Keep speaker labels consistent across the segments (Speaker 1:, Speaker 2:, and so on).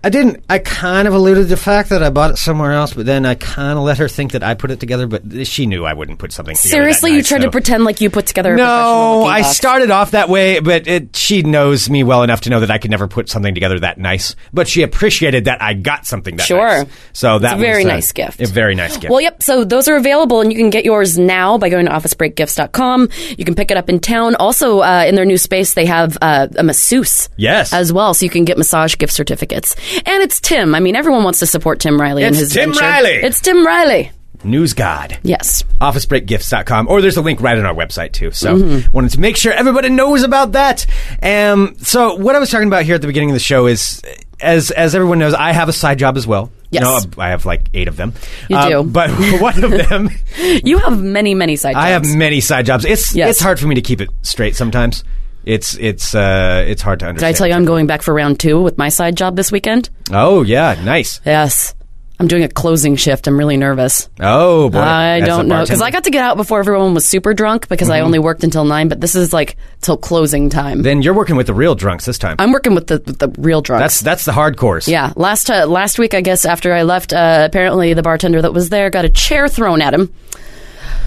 Speaker 1: I didn't. I kind of alluded to the fact that I bought it somewhere else, but then I kind of let her think that I put it together. But she knew I wouldn't put something. together that
Speaker 2: Seriously, you
Speaker 1: night,
Speaker 2: tried
Speaker 1: so-
Speaker 2: to pretend like you put together. A
Speaker 1: No,
Speaker 2: professional-looking
Speaker 1: I
Speaker 2: box.
Speaker 1: started off that way, but it, she knows me well enough to know that I could never put something together that nice. But she appreciated that I got something that
Speaker 2: Sure.
Speaker 1: nice. So that
Speaker 2: a very
Speaker 1: was, uh,
Speaker 2: nice gift.
Speaker 1: A very nice gift.
Speaker 2: Well, yep. So those are available, and you can get yours now by going to officebreakgifts.com. You can pick it up in town. Also, uh, in their new space, they have uh, a masseuse.
Speaker 1: Yes.
Speaker 2: As well, so you can get massage gift certificates. And it's Tim. I mean, everyone wants to support Tim Riley and
Speaker 1: It's
Speaker 2: his
Speaker 1: Tim
Speaker 2: venture.
Speaker 1: Riley!
Speaker 2: It's Tim Riley.
Speaker 1: News God.
Speaker 2: Yes.
Speaker 1: officebreakgifts.com or there's a link right on our website too so
Speaker 2: Mm-hmm.
Speaker 1: wanted to make sure everybody knows about that um, so what i was talking about here at the beginning of the show is as as everyone knows i have a side job as well
Speaker 2: Yes.
Speaker 1: you know, i have like eight of them Uh,
Speaker 2: You do.
Speaker 1: but one of them
Speaker 2: You have many, many side jobs.
Speaker 1: i have many side jobs it's
Speaker 2: Yes.
Speaker 1: it's hard for me to keep it straight sometimes it's it's uh it's hard to
Speaker 2: Did I
Speaker 1: understand
Speaker 2: tell you I'm going back for round two with my side job this weekend?
Speaker 1: oh yeah nice
Speaker 2: Yes. I'm doing a closing shift. I'm really nervous.
Speaker 1: oh boy
Speaker 2: I
Speaker 1: As a
Speaker 2: don't know because
Speaker 1: bartender. Mm-hmm.
Speaker 2: I got to get out before everyone was super drunk because I only worked until nine. But this is like till closing time.
Speaker 1: then you're working with the real drunks this time
Speaker 2: I'm working with the with the real drugs.
Speaker 1: that's that's the hardcores
Speaker 2: yeah. Last uh, last week, I guess after I left, uh, apparently the bartender that was there got a chair thrown at him.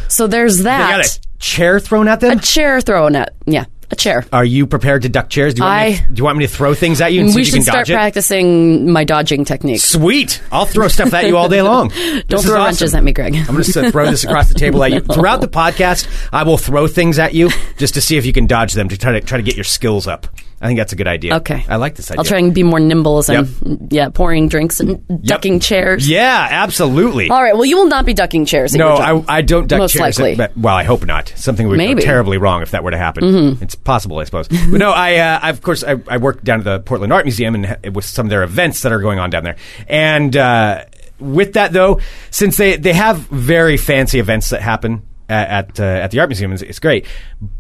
Speaker 2: So there's
Speaker 1: they got
Speaker 2: that.
Speaker 1: a chair thrown at them
Speaker 2: A chair thrown at yeah, a chair.
Speaker 1: Are you prepared to duck chairs? Do you want, me,
Speaker 2: I-
Speaker 1: to, do you want me to throw things at you and see
Speaker 2: we
Speaker 1: if you
Speaker 2: should
Speaker 1: can
Speaker 2: start
Speaker 1: dodge it?
Speaker 2: practicing my dodging technique.
Speaker 1: Sweet! I'll throw stuff at you all day long.
Speaker 2: Don't throw wrenches at me, Greg.
Speaker 1: I'm going to throw this across the table at you. Throughout the podcast, I will throw things at you just to see if you can dodge them to try to try to get your skills up. I think that's a good idea.
Speaker 2: Okay.
Speaker 1: I like this idea.
Speaker 2: I'll try and be more nimble as I'm yeah pouring drinks and ducking chairs.
Speaker 1: Yeah, absolutely.
Speaker 2: All right. Well, you will not be ducking chairs. at
Speaker 1: No,
Speaker 2: your job.
Speaker 1: I, I don't duck
Speaker 2: Most
Speaker 1: chairs.
Speaker 2: likely.
Speaker 1: But, well, I hope not. Something would
Speaker 2: Maybe.
Speaker 1: go terribly wrong if that were to happen. It's possible, I suppose. but no, I, uh, I of course I, I work down at the Portland Art Museum and ha- with some of their events that are going on down there. And uh, with that though, since they they have very fancy events that happen at at, uh, at the art museum, it's, it's great.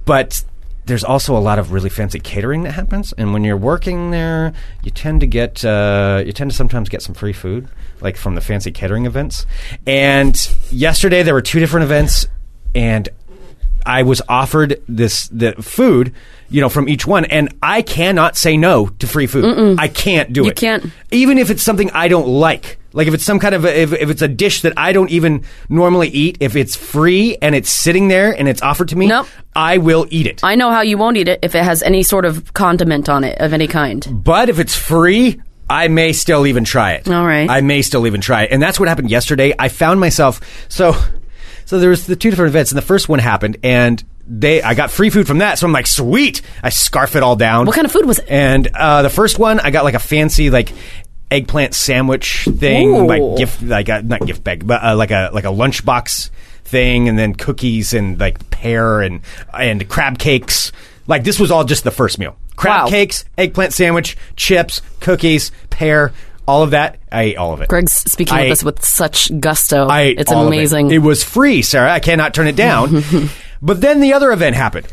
Speaker 1: But there's also a lot of really fancy catering that happens, and when you're working there, you tend to get uh, you tend to sometimes get some free food, like from the fancy catering events. And yesterday there were two different events, and I was offered this the food, you know, from each one, and I cannot say no to free food. I can't do it.
Speaker 2: You can't.
Speaker 1: even if it's something I don't like. Like if it's some kind of a, if, if it's a dish that I don't even normally eat, if it's free and it's sitting there and it's offered to me,
Speaker 2: Nope.
Speaker 1: I will eat it.
Speaker 2: I know how you won't eat it if it has any sort of condiment on it of any kind.
Speaker 1: But if it's free, I may still even try it.
Speaker 2: All right.
Speaker 1: I may still even try it. And that's what happened yesterday. I found myself so so there was the two different events and the first one happened and they I got free food from that, so I'm like, sweet. I scarf it all down.
Speaker 2: What kind of food was it?
Speaker 1: And uh, the first one I got like a fancy like eggplant sandwich thing,
Speaker 2: Ooh.
Speaker 1: like gift like a, not gift bag, but uh, like a like a lunchbox thing and then cookies and like pear and and crab cakes. Like this was all just the first meal. Crab
Speaker 2: Wow.
Speaker 1: cake cakes, eggplant sandwich, chips, cookies, pear, all of that. I ate all of it.
Speaker 2: Greg's speaking
Speaker 1: I-
Speaker 2: with us with such gusto.
Speaker 1: I ate
Speaker 2: it's
Speaker 1: all of it.
Speaker 2: amazing.
Speaker 1: It. was free, Sarah. I cannot turn it down. but then the other event happened.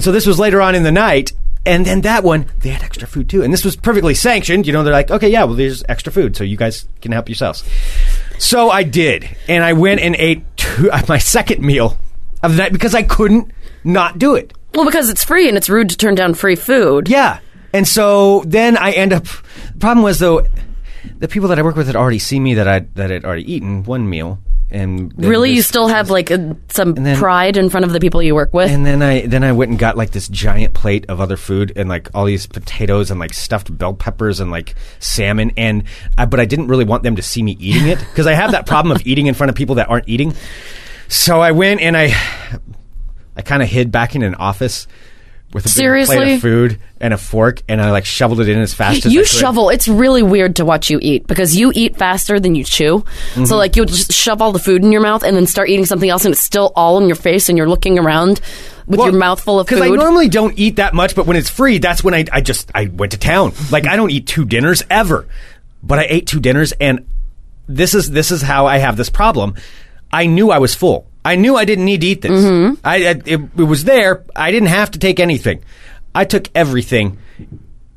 Speaker 1: So this was later on in the night. And then that one, they had extra food too. And this was perfectly sanctioned. You know, they're like, okay, yeah, well, there's extra food, so you guys can help yourselves. So I did. And I went and ate two, my second meal of the night because I couldn't not do it.
Speaker 2: well, because it's free and it's rude to turn down free food.
Speaker 1: Yeah. And so then I end up. The problem was though, the people that I work with had already seen me that I that had already eaten one meal, and then
Speaker 2: Really, you
Speaker 1: this-
Speaker 2: still have like a, some
Speaker 1: then-
Speaker 2: pride in front of the people you work with.
Speaker 1: And then I then I went and got like this giant plate of other food and like all these potatoes and like stuffed bell peppers and like salmon and I, but I didn't really want them to see me eating it because I have that problem of eating in front of people that aren't eating. So I went and I I kind of hid back in an office with a big plate
Speaker 2: Seriously?
Speaker 1: of food and a fork and I like shoveled it in as fast as I
Speaker 2: you
Speaker 1: could.
Speaker 2: shovel. It's really weird to watch you eat because you eat faster than you chew.
Speaker 1: Mm-hmm.
Speaker 2: So like you'll just shove all the food in your mouth and then start eating something else, and it's still all in your face, and you're looking around with your mouth full of food.
Speaker 1: Because I normally don't eat that much, but when it's free, that's when I, I just I went to town. Like I don't eat two dinners ever, but I ate two dinners, and this is this is how I have this problem. I knew I was full. I knew I didn't need to eat this.
Speaker 2: Mm-hmm.
Speaker 1: I, I it, it was there. I didn't have to take anything. I took everything,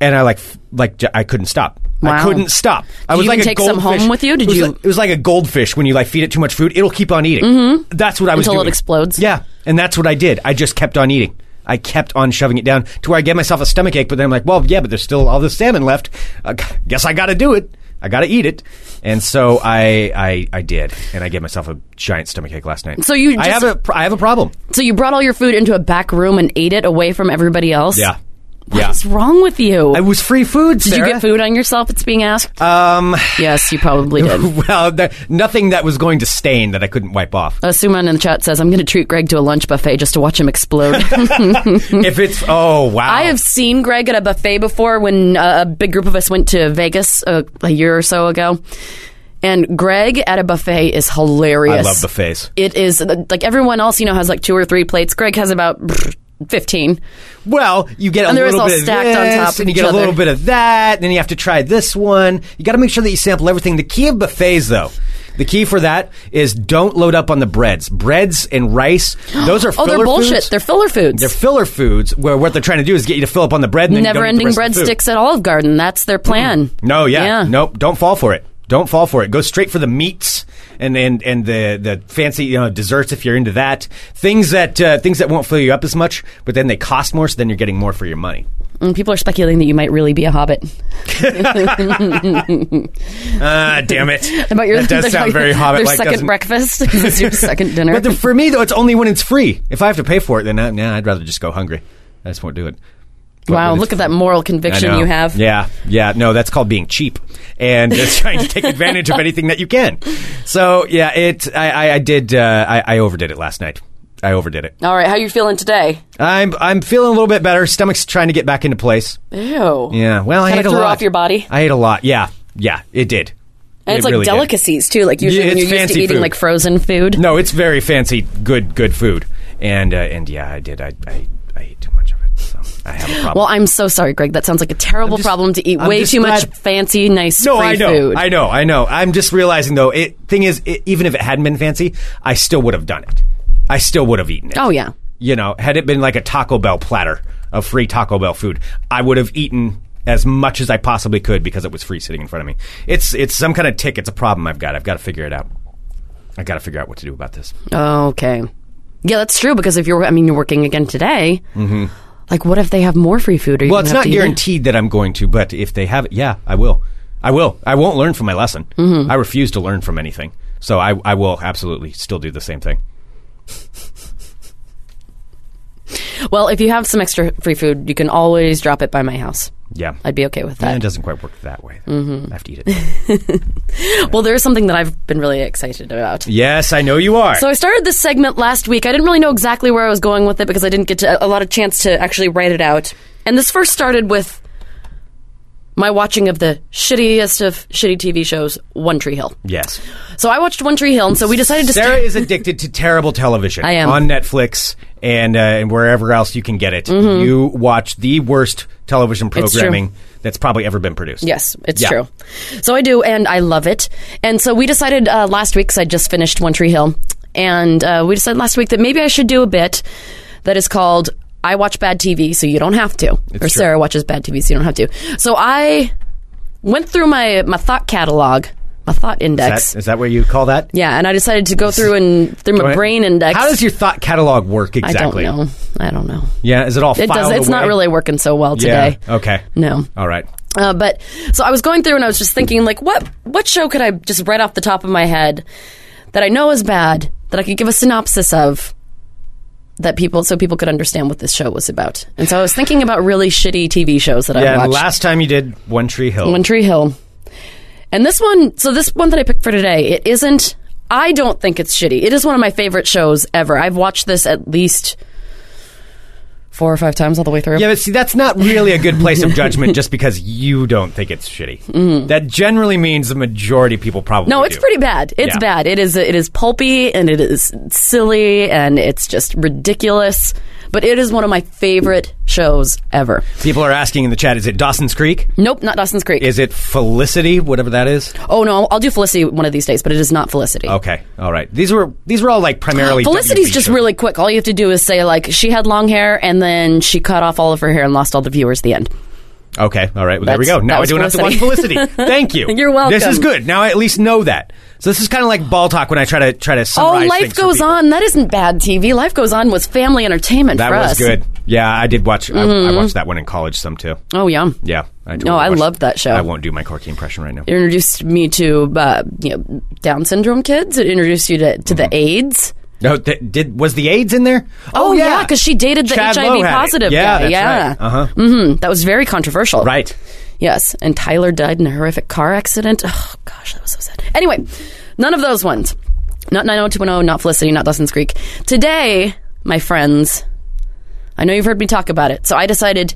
Speaker 1: and I like f- like j- I couldn't stop. I
Speaker 2: Wow.
Speaker 1: couldn't stop. I
Speaker 2: Did
Speaker 1: was
Speaker 2: you
Speaker 1: like
Speaker 2: even
Speaker 1: a
Speaker 2: take some home
Speaker 1: goldfish.
Speaker 2: with you? Did
Speaker 1: it was
Speaker 2: you-
Speaker 1: Like, it was like a goldfish when you like feed it too much food, it'll keep on eating. Mm-hmm. That's what I was
Speaker 2: Until it
Speaker 1: doing.
Speaker 2: explodes?
Speaker 1: Yeah, and that's what I did. I just kept on eating. I kept on shoving it down to where I gave myself a stomach ache. But then I'm like, well, yeah, but there's still all the salmon left. I g- guess I got to do it. I got to eat it. And so I, I I did, and I gave myself a giant stomach ache last night.
Speaker 2: So you
Speaker 1: I
Speaker 2: just-
Speaker 1: have a pr- I have a problem.
Speaker 2: So you brought all your food into a back room and ate it away from everybody else.
Speaker 1: Yeah,
Speaker 2: What
Speaker 1: yeah.
Speaker 2: is wrong with you?
Speaker 1: It was free food.
Speaker 2: did you
Speaker 1: Sarah.
Speaker 2: get food on yourself? It's being asked.
Speaker 1: Um,
Speaker 2: yes, you probably did.
Speaker 1: well, there, nothing that was going to stain that I couldn't wipe off.
Speaker 2: Uh, Suman in the chat says, "I'm going to treat Greg to a lunch buffet just to watch him explode."
Speaker 1: if it's oh wow,
Speaker 2: I have seen Greg at a buffet before when uh, a big group of us went to Vegas uh, a year or so ago. And Greg at a buffet is hilarious.
Speaker 1: I love the face.
Speaker 2: It is uh, like everyone else, you know, has like two or three plates. Greg has about pff, 15.
Speaker 1: Well, you get a
Speaker 2: And they're just
Speaker 1: little
Speaker 2: all
Speaker 1: bit of
Speaker 2: stacked
Speaker 1: this,
Speaker 2: on top of
Speaker 1: and you
Speaker 2: each
Speaker 1: get a
Speaker 2: other.
Speaker 1: little bit of that, and then you have to try this one. You got to make sure that you sample everything. The key of buffets, though, the key for that is don't load up on the breads. Breads and rice, those are
Speaker 2: Oh,
Speaker 1: filler
Speaker 2: they're bullshit.
Speaker 1: Foods.
Speaker 2: They're filler foods.
Speaker 1: They're filler foods where what they're trying to do is get you to fill up on the bread. and then you
Speaker 2: Never
Speaker 1: don't eat
Speaker 2: ending
Speaker 1: the rest of the food. Mm.
Speaker 2: breadsticks at Olive Garden. That's their plan.
Speaker 1: No, yeah, nope. Don't fall for it. Don't fall for it. Go straight for the meats and and and the the fancy you know desserts if you're into that. Things that uh, things that won't fill you up as much, but then they cost more, so then you're getting more for your money.
Speaker 2: And Mm, people are speculating that you might really be a hobbit.
Speaker 1: Ah, damn it!
Speaker 2: About your
Speaker 1: that does
Speaker 2: their-
Speaker 1: sound very hobbit
Speaker 2: Their
Speaker 1: like.
Speaker 2: second breakfast. this is your second dinner.
Speaker 1: But the, for me though, it's only when it's free. If I have to pay for it, then I, nah, I'd rather just go hungry. I just won't do it. But
Speaker 2: wow,
Speaker 1: when it's
Speaker 2: look at
Speaker 1: free-
Speaker 2: that moral
Speaker 1: I
Speaker 2: conviction
Speaker 1: know.
Speaker 2: you have.
Speaker 1: Yeah, yeah. No, that's called being cheap and just trying to take advantage of anything that you can. So yeah, it. I, I, I did. Uh, I, I overdid it last night. I overdid it.
Speaker 2: All right, how you feeling today?
Speaker 1: I'm I'm feeling a little bit better. Stomach's trying to get back into place.
Speaker 2: Ew.
Speaker 1: Yeah. Well, I
Speaker 2: Eh. Kinda
Speaker 1: ate a
Speaker 2: threw
Speaker 1: lot.
Speaker 2: off your body?
Speaker 1: I ate a lot. Yeah. Yeah. It did.
Speaker 2: And
Speaker 1: It
Speaker 2: it's like
Speaker 1: really did.
Speaker 2: delicacies too. Like usually
Speaker 1: Yeah,
Speaker 2: when
Speaker 1: it's
Speaker 2: you're used to
Speaker 1: fancy
Speaker 2: eating
Speaker 1: food.
Speaker 2: like frozen food.
Speaker 1: No, it's very fancy. Good good food. And uh, and yeah, I did. I, I I ate too much of it. So I have a problem.
Speaker 2: Well, I'm so sorry, Greg. That sounds like a terrible
Speaker 1: just-
Speaker 2: problem to eat.
Speaker 1: I'm
Speaker 2: Way
Speaker 1: just
Speaker 2: too much
Speaker 1: glad-
Speaker 2: fancy, nice
Speaker 1: No,
Speaker 2: free
Speaker 1: I know,
Speaker 2: food.
Speaker 1: I know, I know. I'm just realizing though. It thing is, it, even if it hadn't been fancy, I still would have done it. I still would have eaten it.
Speaker 2: Oh, yeah.
Speaker 1: You know, had it been like a Taco Bell platter of free Taco Bell food, I would have eaten as much as I possibly could because it was free sitting in front of me. It's it's some kind of tick. It's a problem I've got. I've got to figure it out. I got to figure out what to do about this.
Speaker 2: Okay. Yeah, that's true. Because if you're, I mean, you're working again today. Like, what if they have more free food? Or you
Speaker 1: Mm-hmm. Well,
Speaker 2: don't
Speaker 1: it's
Speaker 2: have
Speaker 1: not
Speaker 2: to eat it?
Speaker 1: guaranteed that I'm going to, but if they have it, yeah, I will. I will. I won't learn from my lesson.
Speaker 2: Mm-hmm.
Speaker 1: I refuse to learn from anything. So I, I will absolutely still do the same thing.
Speaker 2: Well, if you have some extra free food, you can always drop it by my house.
Speaker 1: Yeah.
Speaker 2: I'd be okay with
Speaker 1: Eh, it
Speaker 2: that. Mm-hmm.
Speaker 1: doesn't quite work that way. I have to eat it.
Speaker 2: well, there's something that I've been really excited about.
Speaker 1: yes, I know you are.
Speaker 2: So I started this segment last week. I didn't really know exactly where I was going with it because I didn't get to, a lot of chance to actually write it out. And this first started with my watching of the shittiest of shitty TV shows, One Tree Hill.
Speaker 1: yes.
Speaker 2: So I watched One Tree Hill, and so we decided to.
Speaker 1: Sarah
Speaker 2: start-
Speaker 1: is addicted to terrible television.
Speaker 2: I am.
Speaker 1: On Netflix and, uh, and wherever else you can get it. You watch the worst television
Speaker 2: Mm-hmm. true.
Speaker 1: programming that's probably ever been produced.
Speaker 2: Yes, it's
Speaker 1: Yeah.
Speaker 2: true. So I do, and I love it. And so we decided uh, last week, because I just finished One Tree Hill, and uh, we decided last week that maybe I should do a bit that is called I Watch Bad TV, so you don't have to. or
Speaker 1: true.
Speaker 2: Sarah watches bad TV, so you don't have to. So I went through my, my thought catalog, my thought index.
Speaker 1: That, is that what you call that?
Speaker 2: yeah, and I decided to go through and through my brain index.
Speaker 1: How does your thought catalog work exactly?
Speaker 2: I don't know. I don't know.
Speaker 1: Yeah, is it all
Speaker 2: It does.
Speaker 1: filed
Speaker 2: It's not
Speaker 1: away?
Speaker 2: really working so well today.
Speaker 1: Yeah. Okay.
Speaker 2: No.
Speaker 1: All right.
Speaker 2: Uh, but so I was going through and I was just thinking, like, what what show could I just right off the top of my head that I know is bad that I could give a synopsis of that people so people could understand what this show was about. And so I was thinking about really shitty TV shows that I
Speaker 1: Yeah.
Speaker 2: watched.
Speaker 1: And last time you did One Tree Hill.
Speaker 2: One Tree Hill. And this one, so this one that I picked for today, it isn't. I don't think it's shitty. It is one of my favorite shows ever. I've watched this at least four or five times all the way through.
Speaker 1: yeah, but see, that's not really a good place of judgment just because you don't think it's shitty. That generally means the majority of people probably.
Speaker 2: Mm-hmm. No, it's
Speaker 1: do.
Speaker 2: pretty bad. It's
Speaker 1: Yeah.
Speaker 2: bad. It is it is pulpy and it is silly and it's just ridiculous. But it is one of my favorite shows ever.
Speaker 1: People are asking in the chat: Is it Dawson's Creek?
Speaker 2: Nope, not Dawson's Creek.
Speaker 1: Is it Felicity? Whatever that is.
Speaker 2: oh no, I'll, I'll do Felicity one of these days, but it is not Felicity.
Speaker 1: Okay. All right. These were these were all like primarily.
Speaker 2: Felicity's
Speaker 1: WB
Speaker 2: just
Speaker 1: shows.
Speaker 2: really quick. All you have to do is say like she had long hair and then she cut off all of her hair and lost all the viewers. at The end.
Speaker 1: Okay, all right. Well, there we go.
Speaker 2: That's- that
Speaker 1: Now I
Speaker 2: was
Speaker 1: don't have to watch
Speaker 2: Felicity.
Speaker 1: Felicity. Thank you.
Speaker 2: You're welcome.
Speaker 1: This is good. Now I at least know that. So this is kind of like ball talk when I try to try to
Speaker 2: Oh,
Speaker 1: summarize.
Speaker 2: life
Speaker 1: things for
Speaker 2: goes
Speaker 1: people.
Speaker 2: on. That isn't bad TV. Life goes on was family entertainment
Speaker 1: That
Speaker 2: for
Speaker 1: was
Speaker 2: us.
Speaker 1: good. Yeah, I did watch. I, I watched that one in college some too.
Speaker 2: Oh yeah.
Speaker 1: Yeah, I
Speaker 2: No, I loved that show.
Speaker 1: I won't do my Corky impression right now.
Speaker 2: It introduced me to uh, you know, Down syndrome kids. It introduced you to, to the
Speaker 1: Mm-hmm.
Speaker 2: AIDS.
Speaker 1: No, th- did was the AIDS in there?
Speaker 2: Oh, yeah, because she dated the
Speaker 1: Chad
Speaker 2: HIV
Speaker 1: Lowe had it.
Speaker 2: positive
Speaker 1: yeah,
Speaker 2: guy.
Speaker 1: That's
Speaker 2: yeah,
Speaker 1: Right. Uh huh.
Speaker 2: hmm that was very controversial.
Speaker 1: Right.
Speaker 2: Yes, and Tyler died in a horrific car accident. Oh gosh, that was so sad. Anyway, none of those ones. Not 90210, not Felicity, not Dawson's Creek. Today, my friends, I know you've heard me talk about it, so I decided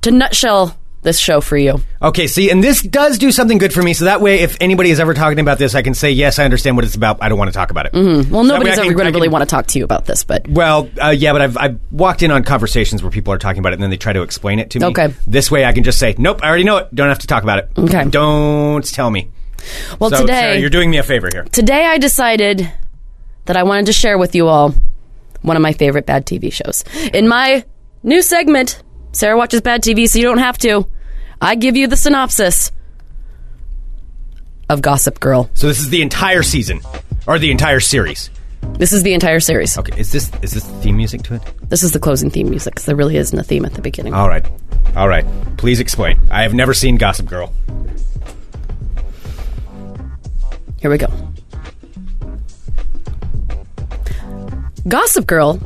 Speaker 2: to nutshell this show for you.
Speaker 1: Okay. See, and this does do something good for me. So that way, if anybody is ever talking about this, I can say yes, I understand what it's about. I don't want to talk about it.
Speaker 2: Well,
Speaker 1: So that way
Speaker 2: nobody's
Speaker 1: I can-
Speaker 2: ever going
Speaker 1: I
Speaker 2: to really
Speaker 1: can-
Speaker 2: want to talk to you about this, but
Speaker 1: Well, uh, yeah, but I've, I've walked in on conversations where people are talking about it and then they try to explain it to me.
Speaker 2: Okay.
Speaker 1: This way I can just say, nope, I already know it. Don't have to talk about it.
Speaker 2: Okay.
Speaker 1: Don't tell me.
Speaker 2: well,
Speaker 1: so,
Speaker 2: today
Speaker 1: Sarah, you're doing me a favor here.
Speaker 2: today I decided that I wanted to share with you all one of my favorite bad TV shows. In my new segment, Sarah watches bad TV, so you don't have to. I give you the synopsis of Gossip Girl.
Speaker 1: So this is the entire season or the entire series.
Speaker 2: This is the entire series.
Speaker 1: Okay. Is this is this theme music to it?
Speaker 2: This is the closing theme music because there really isn't a theme at the beginning.
Speaker 1: All right. All right. Please explain. I have never seen Gossip Girl.
Speaker 2: Here we go. Gossip Girl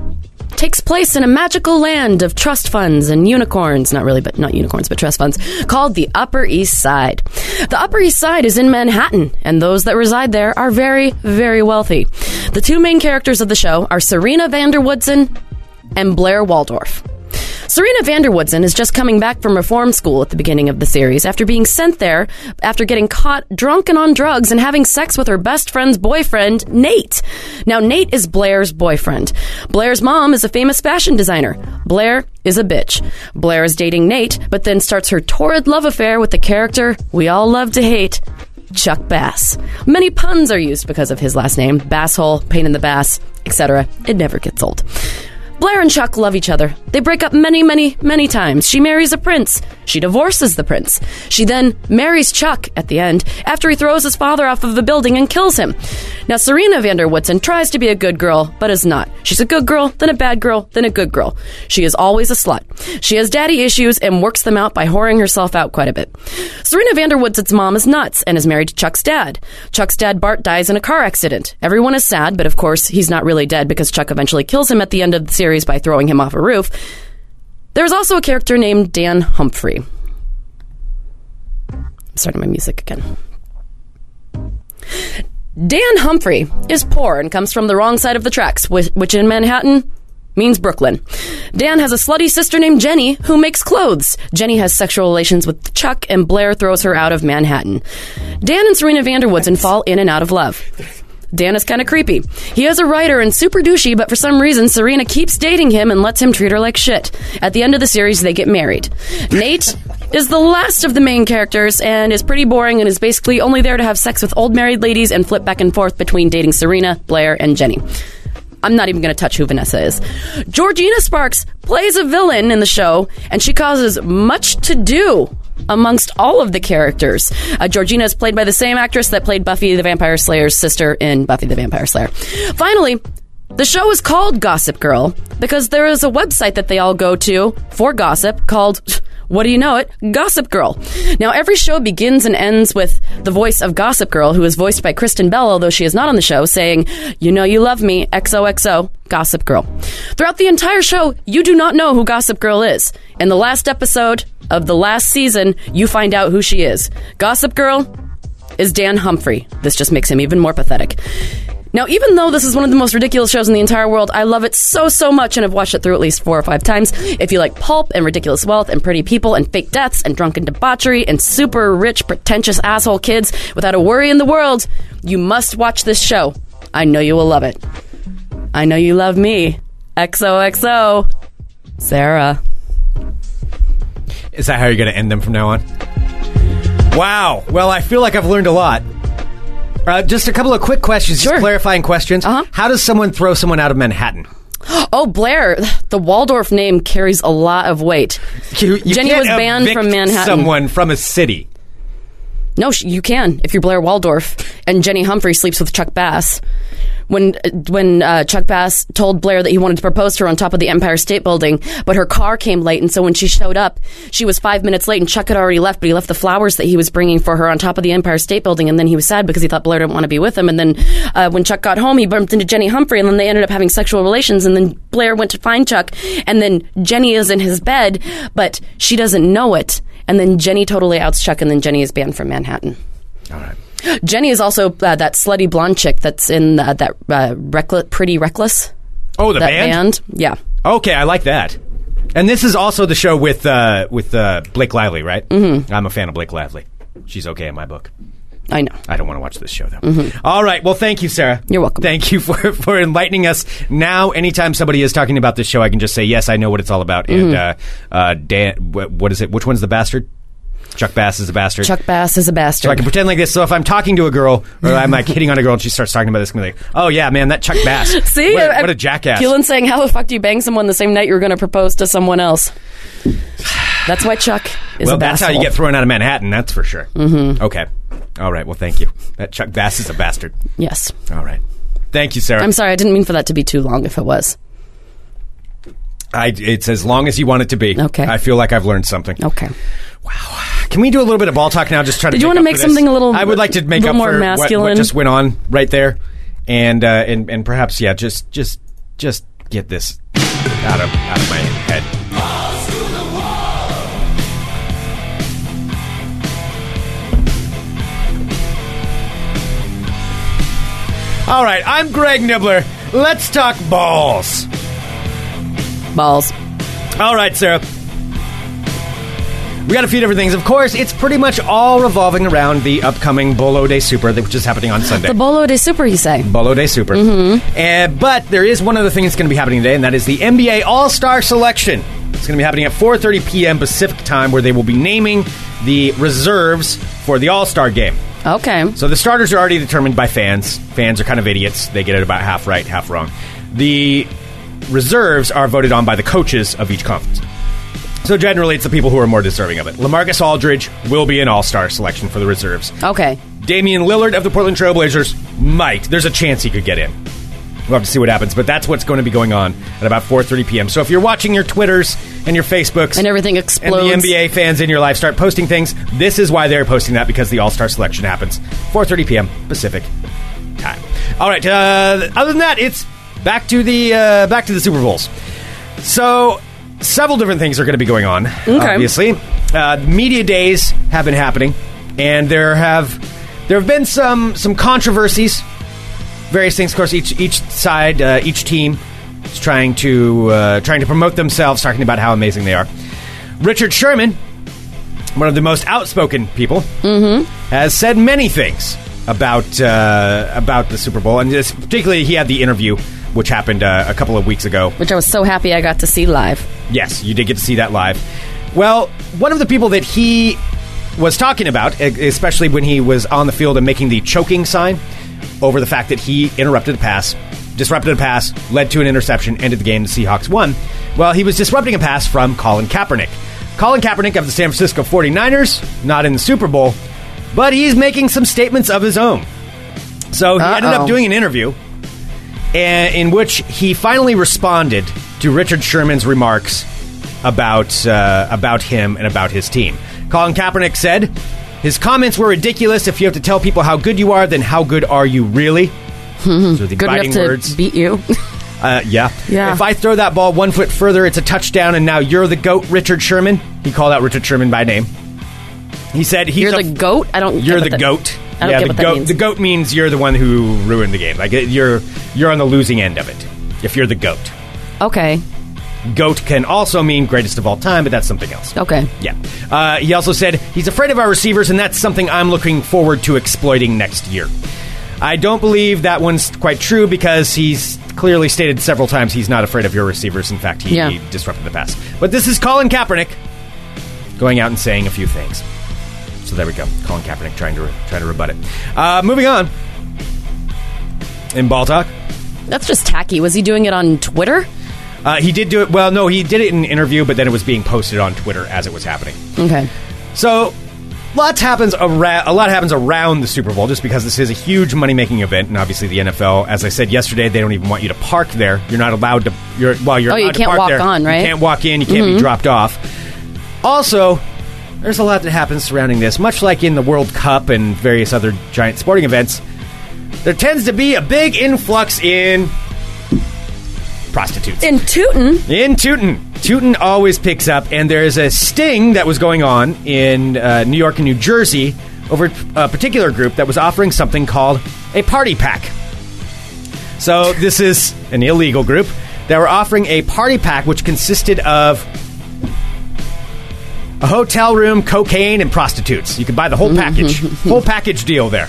Speaker 2: takes place in a magical land of trust funds and unicorns. Not really, but not unicorns, but trust funds, called the Upper East Side. The Upper East Side is in Manhattan, and those that reside there are very, very wealthy. The two main characters of the show are Serena Vanderwoodson and Blair Waldorf. Serena Vanderwoodson is just coming back from reform school at the beginning of the series after being sent there after getting caught drunk and on drugs and having sex with her best friend's boyfriend, Nate. Now, Nate is Blair's boyfriend. Blair's mom is a famous fashion designer. Blair is a bitch. Blair is dating Nate, but then starts her torrid love affair with the character we all love to hate, Chuck Bass. Many puns are used because of his last name Basshole, Pain in the Bass, etc. It never gets old. Blair and Chuck love each other. They break up many, many, many times. She marries a prince. She divorces the prince. She then marries Chuck at the end after he throws his father off of a building and kills him. Now, Serena Vanderwoodson tries to be a good girl, but is not. She's a good girl, then a bad girl, then a good girl. She is always a slut. She has daddy issues and works them out by whoring herself out quite a bit. Serena Vanderwoodson's mom is nuts and is married to Chuck's dad. Chuck's dad, Bart, dies in a car accident. Everyone is sad, but of course, he's not really dead because Chuck eventually kills him at the end of the series by throwing him off a roof. There's also a character named Dan Humphrey. I'm starting my music again. Dan Humphrey is poor and comes from the wrong side of the tracks, which, which in Manhattan means Brooklyn. Dan has a slutty sister named Jenny who makes clothes. Jenny has sexual relations with Chuck, and Blair throws her out of Manhattan. Dan and Serena Vanderwoodson fall in and out of love. Dan is kind of creepy. He is a writer and super douchey, but for some reason, Serena keeps dating him and lets him treat her like shit. At the end of the series, they get married. Nate is the last of the main characters and is pretty boring and is basically only there to have sex with old married ladies and flip back and forth between dating Serena, Blair, and Jenny. I'm not even going to touch who Vanessa is. Georgina Sparks plays a villain in the show, and she causes much to do amongst all of the characters. Uh, Georgina is played by the same actress that played Buffy the Vampire Slayer's sister in Buffy the Vampire Slayer. Finally, the show is called Gossip Girl because there is a website that they all go to for gossip called what do you know it? Gossip Girl. Now, every show begins and ends with the voice of Gossip Girl, who is voiced by Kristen Bell, although she is not on the show, saying, You know you love me, XOXO, Gossip Girl. Throughout the entire show, you do not know who Gossip Girl is. In the last episode of the last season, you find out who she is. Gossip Girl is Dan Humphrey. This just makes him even more pathetic. Now, even though this is one of the most ridiculous shows in the entire world, I love it so, so much and have watched it through at least four or five times. If you like pulp and ridiculous wealth and pretty people and fake deaths and drunken debauchery and super rich, pretentious asshole kids without a worry in the world, you must watch this show. I know you will love it. I know you love me. XOXO. Sarah.
Speaker 1: Is that how you're going to end them from now on? Wow. Well, I feel like I've learned a lot. Uh, just a couple of quick questions,
Speaker 2: Sure.
Speaker 1: just clarifying questions.
Speaker 2: Uh-huh.
Speaker 1: How does someone throw someone out of Manhattan?
Speaker 2: Oh, Blair, the Waldorf name carries a lot of weight.
Speaker 1: You, you
Speaker 2: Jenny
Speaker 1: can't
Speaker 2: was banned
Speaker 1: evict
Speaker 2: from Manhattan.
Speaker 1: Someone from a city.
Speaker 2: No, sh- you can if you're Blair Waldorf and Jenny Humphrey sleeps with Chuck Bass. When when uh, Chuck Bass told Blair that he wanted to propose to her on top of the Empire State Building, but her car came late, and so when she showed up, she was five minutes late, and Chuck had already left, but he left the flowers that he was bringing for her on top of the Empire State Building, and then he was sad because he thought Blair didn't want to be with him, and then uh, when Chuck got home, he bumped into Jenny Humphrey, and then they ended up having sexual relations, and then Blair went to find Chuck, and then Jenny is in his bed, but she doesn't know it, and then Jenny totally outs Chuck, and then Jenny is banned from Manhattan.
Speaker 1: All right.
Speaker 2: Jenny is also uh, that slutty blonde chick that's in uh, that uh, reckless, pretty reckless.
Speaker 1: Oh, the
Speaker 2: That
Speaker 1: band?
Speaker 2: band, yeah.
Speaker 1: Okay, I like that. And this is also the show with uh, with uh, Blake Lively, right? Mm-hmm. I'm a fan of Blake Lively. She's okay in my book.
Speaker 2: I know.
Speaker 1: I don't want to watch this show though. All right. Well, thank you, Sarah.
Speaker 2: Mm-hmm. You're welcome.
Speaker 1: Thank you for for enlightening us. Now, anytime somebody is talking about this show, I can just say yes, I know what it's all about. And uh,
Speaker 2: Mm-hmm.
Speaker 1: uh, Dan, wh- what is it? Which one's the bastard? Chuck Bass is the bastard.
Speaker 2: Chuck Bass is a bastard.
Speaker 1: So I can pretend like this. So if I'm talking to a girl or I'm like hitting on a girl and she starts talking about this, I'm gonna be like, oh yeah, man, that Chuck Bass.
Speaker 2: See,
Speaker 1: what, a-
Speaker 2: I-
Speaker 1: what a jackass.
Speaker 2: Keelan saying, "How the fuck do you bang someone the same night you were going to propose to someone else?" That's why Chuck is
Speaker 1: well,
Speaker 2: a
Speaker 1: that's how you
Speaker 2: bastard.
Speaker 1: get thrown out of Manhattan. That's for sure. Mm-hmm. Okay. All right. Well, thank you. That Chuck Bass is a bastard.
Speaker 2: yes,
Speaker 1: All right. Thank you, Sarah.
Speaker 2: I'm sorry, I didn't mean for that to be too long. If it was,
Speaker 1: I, it's as long as you want it to be.
Speaker 2: Okay.
Speaker 1: I feel like I've learned something.
Speaker 2: okay.
Speaker 1: Can we do a little bit of ball talk now? Just try to.
Speaker 2: Did you
Speaker 1: want
Speaker 2: wanna
Speaker 1: to
Speaker 2: make something a little-
Speaker 1: I would like to make up
Speaker 2: little more
Speaker 1: for what- What,
Speaker 2: masculine?
Speaker 1: just went on right there, and uh, and and perhaps yeah, just just just get this out of out of my head. All right, I'm Greg Nibbler. Let's talk balls.
Speaker 2: Balls.
Speaker 1: All right, Sarah. We got a few different things. Of course, it's pretty much all revolving around the upcoming Bolo de Super, which is happening on Sunday.
Speaker 2: The Bolo de Super, you say?
Speaker 1: Bolo de Super. Mm-hmm. but there is one other thing that's going to be happening today, and that is the NBA All Star Selection. It's going to be happening at 4:30 p.m. Pacific time, where they will be naming the reserves for the All Star game.
Speaker 2: Okay.
Speaker 1: So the starters are already determined by fans. Fans are kind of idiots. They get it about half right, half wrong. The reserves are voted on by the coaches of each conference. So generally, it's the people who are more deserving of it. Lamarcus Aldridge will be an all star selection for the reserves.
Speaker 2: Okay.
Speaker 1: Damian Lillard of the Portland Trailblazers might. There's a chance he could get in. We'll have to see what happens, but that's what's going to be going on at about 4:30 p.m. So if you're watching your Twitters and your Facebooks
Speaker 2: And everything explodes.
Speaker 1: and the NBA fans in your life start posting things, this is why they're posting that because the All Star selection happens 4:30 p.m. Pacific time. All right. Uh, other than that, it's back to the uh, back to the Super Bowls. So several different things are going to be going on. Obviously, uh, media days have been happening, and there have there have been some some controversies, various things. Of course, each each side, uh, each team is trying to uh, trying to promote themselves, talking about how amazing they are. Richard Sherman, one of the most outspoken people, has said many things about uh, about the Super Bowl, and this, particularly he had the interview which happened uh, a couple of weeks ago.
Speaker 2: Which I was so happy I got to see live.
Speaker 1: Yes, you did get to see that live. Well, one of the people that he was talking about, e- especially when he was on the field and making the choking sign over the fact that he interrupted a pass, disrupted a pass, led to an interception, ended the game, the Seahawks won. Well, he was disrupting a pass from Colin Kaepernick. Colin Kaepernick of the San Francisco 49ers, not in the Super Bowl, but he's making some statements of his own. So he ended up
Speaker 2: Uh-oh.
Speaker 1: doing an interview and in which he finally responded to Richard Sherman's remarks about uh, about him and about his team. Colin Kaepernick said, "His comments were ridiculous. If you have to tell people how good you are, then how good are you really?" so the
Speaker 2: Good
Speaker 1: biting
Speaker 2: enough to
Speaker 1: words.
Speaker 2: beat you.
Speaker 1: Uh, yeah.
Speaker 2: Yeah.
Speaker 1: If I throw that ball one foot further, it's a touchdown, and now you're the goat, Richard Sherman. He called out Richard Sherman by name. He said he's
Speaker 2: you're
Speaker 1: a-
Speaker 2: the goat. I don't. get
Speaker 1: you're
Speaker 2: what
Speaker 1: the
Speaker 2: that-
Speaker 1: goat.
Speaker 2: I don't
Speaker 1: yeah, the
Speaker 2: get what that
Speaker 1: goat.
Speaker 2: means.
Speaker 1: The goat means you're the one who ruined the game. Like it- you're you're on the losing end of it. If you're the goat,
Speaker 2: Okay.
Speaker 1: goat can also mean greatest of all time, but that's something else.
Speaker 2: Okay.
Speaker 1: Yeah. Uh, he also said he's afraid of our receivers, and that's something I'm looking forward to exploiting next year. I don't believe that one's quite true because he's clearly stated several times he's not afraid of your receivers. In fact, he,
Speaker 2: Yeah.
Speaker 1: he disrupted the pass. But this is Colin Kaepernick going out and saying a few things. So there we go. Colin Kaepernick trying to trying to rebut it. Uh, moving on in ball talk.
Speaker 2: That's just tacky. Was he doing it on Twitter?
Speaker 1: Uh, he did do it. Well, no, he did it in an interview, but then it was being posted on Twitter as it was happening.
Speaker 2: Okay.
Speaker 1: So, lots happens around. A lot happens around the Super Bowl, just because this is a huge money making event, and obviously the NFL, as I said yesterday, they don't even want you to park there. You're not allowed to. You're well, you're.
Speaker 2: Oh, you
Speaker 1: allowed to
Speaker 2: can't
Speaker 1: park
Speaker 2: walk
Speaker 1: there.
Speaker 2: on, right? Mm-hmm.
Speaker 1: You can't walk in. You can't be dropped off. Also. There's a lot that happens surrounding this, much like in the World Cup and various other giant sporting events. There tends to be a big influx in prostitutes.
Speaker 2: In Tootin,
Speaker 1: In Tootin. Tootin always picks up, and there is a sting that was going on in uh, New York and New Jersey over a particular group that was offering something called a party pack. So, this is an illegal group that were offering a party pack which consisted of a hotel room, cocaine, and prostitutes. You could buy the
Speaker 2: Mm-hmm.
Speaker 1: whole package, whole package deal there.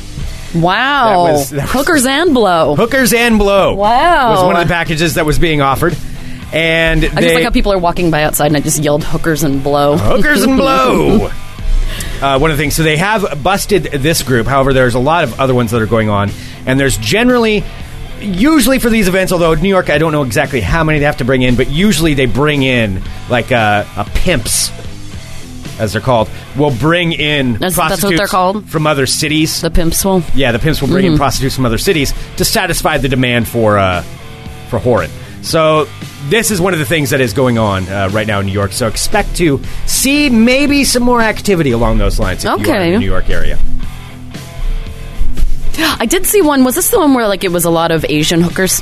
Speaker 2: wow,
Speaker 1: That was- that was-
Speaker 2: hookers and blow.
Speaker 1: Hookers and blow.
Speaker 2: Wow.
Speaker 1: was one of the packages that was being offered, and
Speaker 2: I
Speaker 1: they,
Speaker 2: just like how people are walking by outside, and I just yelled "hookers and blow."
Speaker 1: hookers and blow. Uh, one of the things, so they have busted this group. However, there's a lot of other ones that are going on, and there's generally, usually for these events, although New York, I don't know exactly how many they have to bring in, but usually they bring in like uh, a pimps, as they're called, will bring in
Speaker 2: That's- that's what
Speaker 1: prostitutes
Speaker 2: they're called?
Speaker 1: from other cities.
Speaker 2: the pimp swole.
Speaker 1: yeah, the pimps will bring
Speaker 2: Mm-hmm.
Speaker 1: in prostitutes from other cities to satisfy the demand for uh, for whoring. So this is one of the things that is going on uh, right now in New York. So expect to see maybe some more activity along those lines if you are in
Speaker 2: Okay.
Speaker 1: the New York area.
Speaker 2: I did see one. Was this the one where like it was a lot of Asian hookers?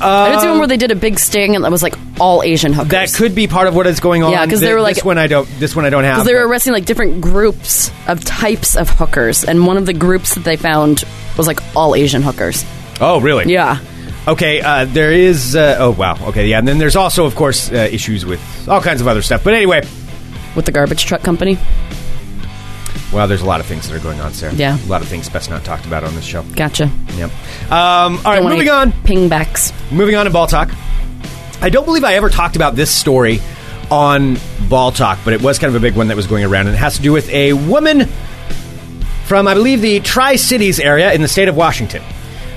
Speaker 2: I did see one where they did a big sting and that was like all Asian hookers.
Speaker 1: Um, That could be part of what is going on.
Speaker 2: Yeah, 'cause they
Speaker 1: Th-
Speaker 2: were like-
Speaker 1: this one I don't. This one I don't have.
Speaker 2: because they were
Speaker 1: but-
Speaker 2: arresting like different groups of types of hookers, and one of the groups that they found was like all Asian hookers.
Speaker 1: oh, really?
Speaker 2: Yeah,
Speaker 1: Okay, uh, there is. Uh, oh, wow. Okay, yeah. And then there's also, of course, uh, issues with all kinds of other stuff. But anyway,
Speaker 2: with the garbage truck company.
Speaker 1: wow, there's a lot of things that are going on, Sarah.
Speaker 2: Yeah.
Speaker 1: A lot of things best not talked about on this show.
Speaker 2: Gotcha.
Speaker 1: Yep. Um, all right,
Speaker 2: Don't wanna
Speaker 1: moving
Speaker 2: get
Speaker 1: on.
Speaker 2: Pingbacks.
Speaker 1: Moving on to Ball Talk. I don't believe I ever talked about this story on Ball Talk, but it was kind of a big one that was going around, and it has to do with a woman from, I believe, the Tri Cities area in the state of Washington.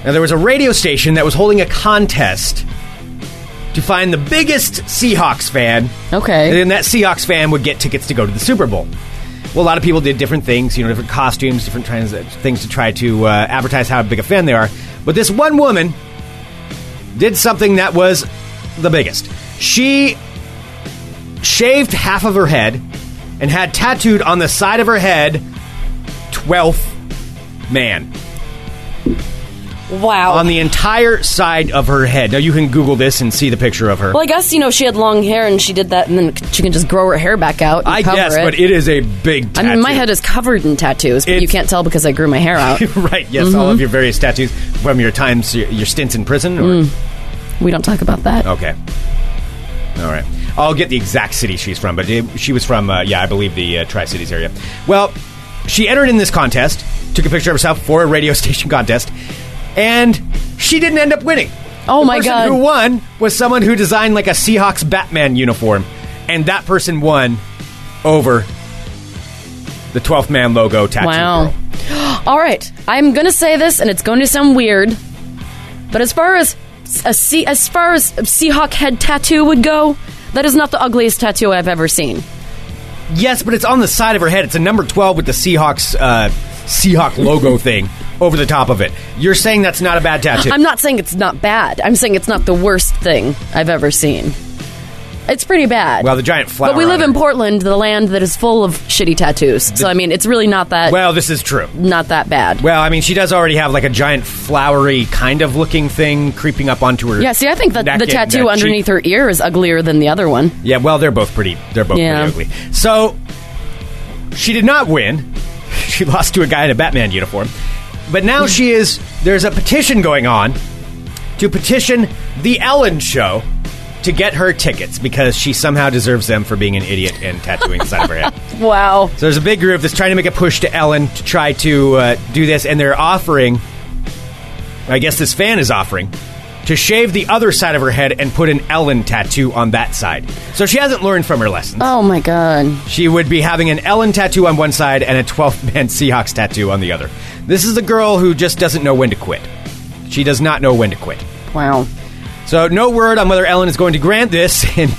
Speaker 1: Now, there was a radio station that was holding a contest to find the biggest Seahawks fan.
Speaker 2: Okay.
Speaker 1: And then that Seahawks fan would get tickets to go to the Super Bowl. Well, a lot of people did different things, you know, different costumes, different trends, things to try to uh, advertise how big a fan they are. But this one woman did something that was the biggest. She shaved half of her head and had tattooed on the side of her head 12th man
Speaker 2: Wow.
Speaker 1: on the entire side of her head. Now you can Google this and see the picture of her.
Speaker 2: well, I guess you know she had long hair and she did that, and then she can just grow her hair back out. And
Speaker 1: I
Speaker 2: cover
Speaker 1: guess,
Speaker 2: it.
Speaker 1: but it is a big.
Speaker 2: I
Speaker 1: Tattoo.
Speaker 2: mean, my head is covered in tattoos, but you
Speaker 1: It's-
Speaker 2: can't tell because I grew my hair out.
Speaker 1: right. Yes, all
Speaker 2: mm-hmm.
Speaker 1: of your various tattoos from your times, your, your stints in prison. Or,
Speaker 2: Mm. we don't talk about that.
Speaker 1: Okay. All right. I'll get the exact city she's from, but it- she was from, uh, yeah, I believe the uh, Tri Cities area. Well, she entered in this contest, took a picture of herself for a radio station contest, and she didn't end up winning.
Speaker 2: Oh,
Speaker 1: The
Speaker 2: my
Speaker 1: person
Speaker 2: God.
Speaker 1: Who won was someone who designed like a Seahawks Batman uniform, and that person won over the 12th man logo tattoo
Speaker 2: Wow.
Speaker 1: girl.
Speaker 2: All right, I'm gonna say this, and it's going to sound weird, but as far as a sea, as far as a Seahawk head tattoo would go, that is not the ugliest tattoo I've ever seen.
Speaker 1: Yes, but it's on the side of her head. It's a number 12 with the Seahawks uh, Seahawk logo thing over the top of it. You're saying that's not a bad tattoo.
Speaker 2: I'm not saying it's not bad. I'm saying it's not the worst thing I've ever seen. It's pretty bad.
Speaker 1: well, the giant flower.
Speaker 2: but we live
Speaker 1: on
Speaker 2: in
Speaker 1: her-
Speaker 2: Portland, the land that is full of shitty tattoos. so I mean, it's really not that
Speaker 1: Well, this is true.
Speaker 2: not that bad.
Speaker 1: Well, I mean, she does already have like a giant flowery kind of looking thing creeping up onto her.
Speaker 2: yeah, see, I think that
Speaker 1: neck
Speaker 2: the
Speaker 1: and, uh,
Speaker 2: tattoo
Speaker 1: cheek.
Speaker 2: underneath her ear is uglier than the other one.
Speaker 1: Yeah, well, they're both pretty. They're both
Speaker 2: Yeah.
Speaker 1: pretty ugly. So she did not win. She lost to a guy in a Batman uniform. But now she is. There's a petition going on to petition the Ellen Show to get her tickets because she somehow deserves them for being an idiot and tattooing the side of her head.
Speaker 2: Wow.
Speaker 1: So there's a big group that's trying to make a push to Ellen to try to uh, do this, and they're offering. I guess this fan is offering to shave the other side of her head and put an Ellen tattoo on that side. So she hasn't learned from her lessons.
Speaker 2: Oh my god.
Speaker 1: She would be having an Ellen tattoo on one side and a 12 man Seahawks tattoo on the other. This is the girl who just doesn't know when to quit. She does not know when to quit.
Speaker 2: Wow.
Speaker 1: So, no word on whether Ellen is going to grant this and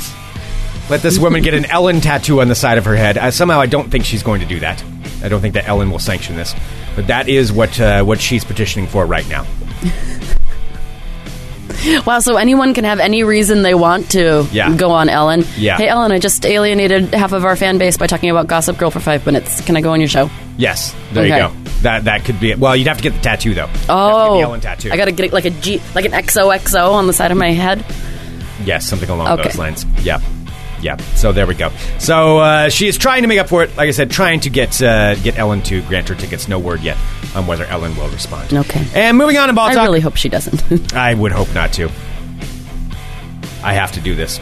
Speaker 1: let this woman get an Ellen tattoo on the side of her head. Uh, somehow, I don't think she's going to do that. I don't think that Ellen will sanction this. But that is what uh, what she's petitioning for right now.
Speaker 2: Wow, so anyone can have any reason they want to
Speaker 1: Yeah.
Speaker 2: go on Ellen.
Speaker 1: Yeah.
Speaker 2: Hey, Ellen, I just alienated half of our fan base by talking about Gossip Girl for five minutes. Can I go on your show?
Speaker 1: Yes, there you
Speaker 2: Okay.
Speaker 1: go. That that could be it. Well, you'd have to get the tattoo though.
Speaker 2: Oh,
Speaker 1: the Ellen tattoo.
Speaker 2: I gotta get like a G, like an XOXO on the side of my head.
Speaker 1: Yes, something along
Speaker 2: Okay.
Speaker 1: those lines. Yeah. Yeah. So there we go. So uh, she is trying to make up for it. Like I said, trying to get uh, get Ellen to grant her tickets. No word yet on whether Ellen will respond.
Speaker 2: Okay.
Speaker 1: And moving on to ball
Speaker 2: I
Speaker 1: talk.
Speaker 2: really hope she doesn't.
Speaker 1: I would hope not to. I have to do this.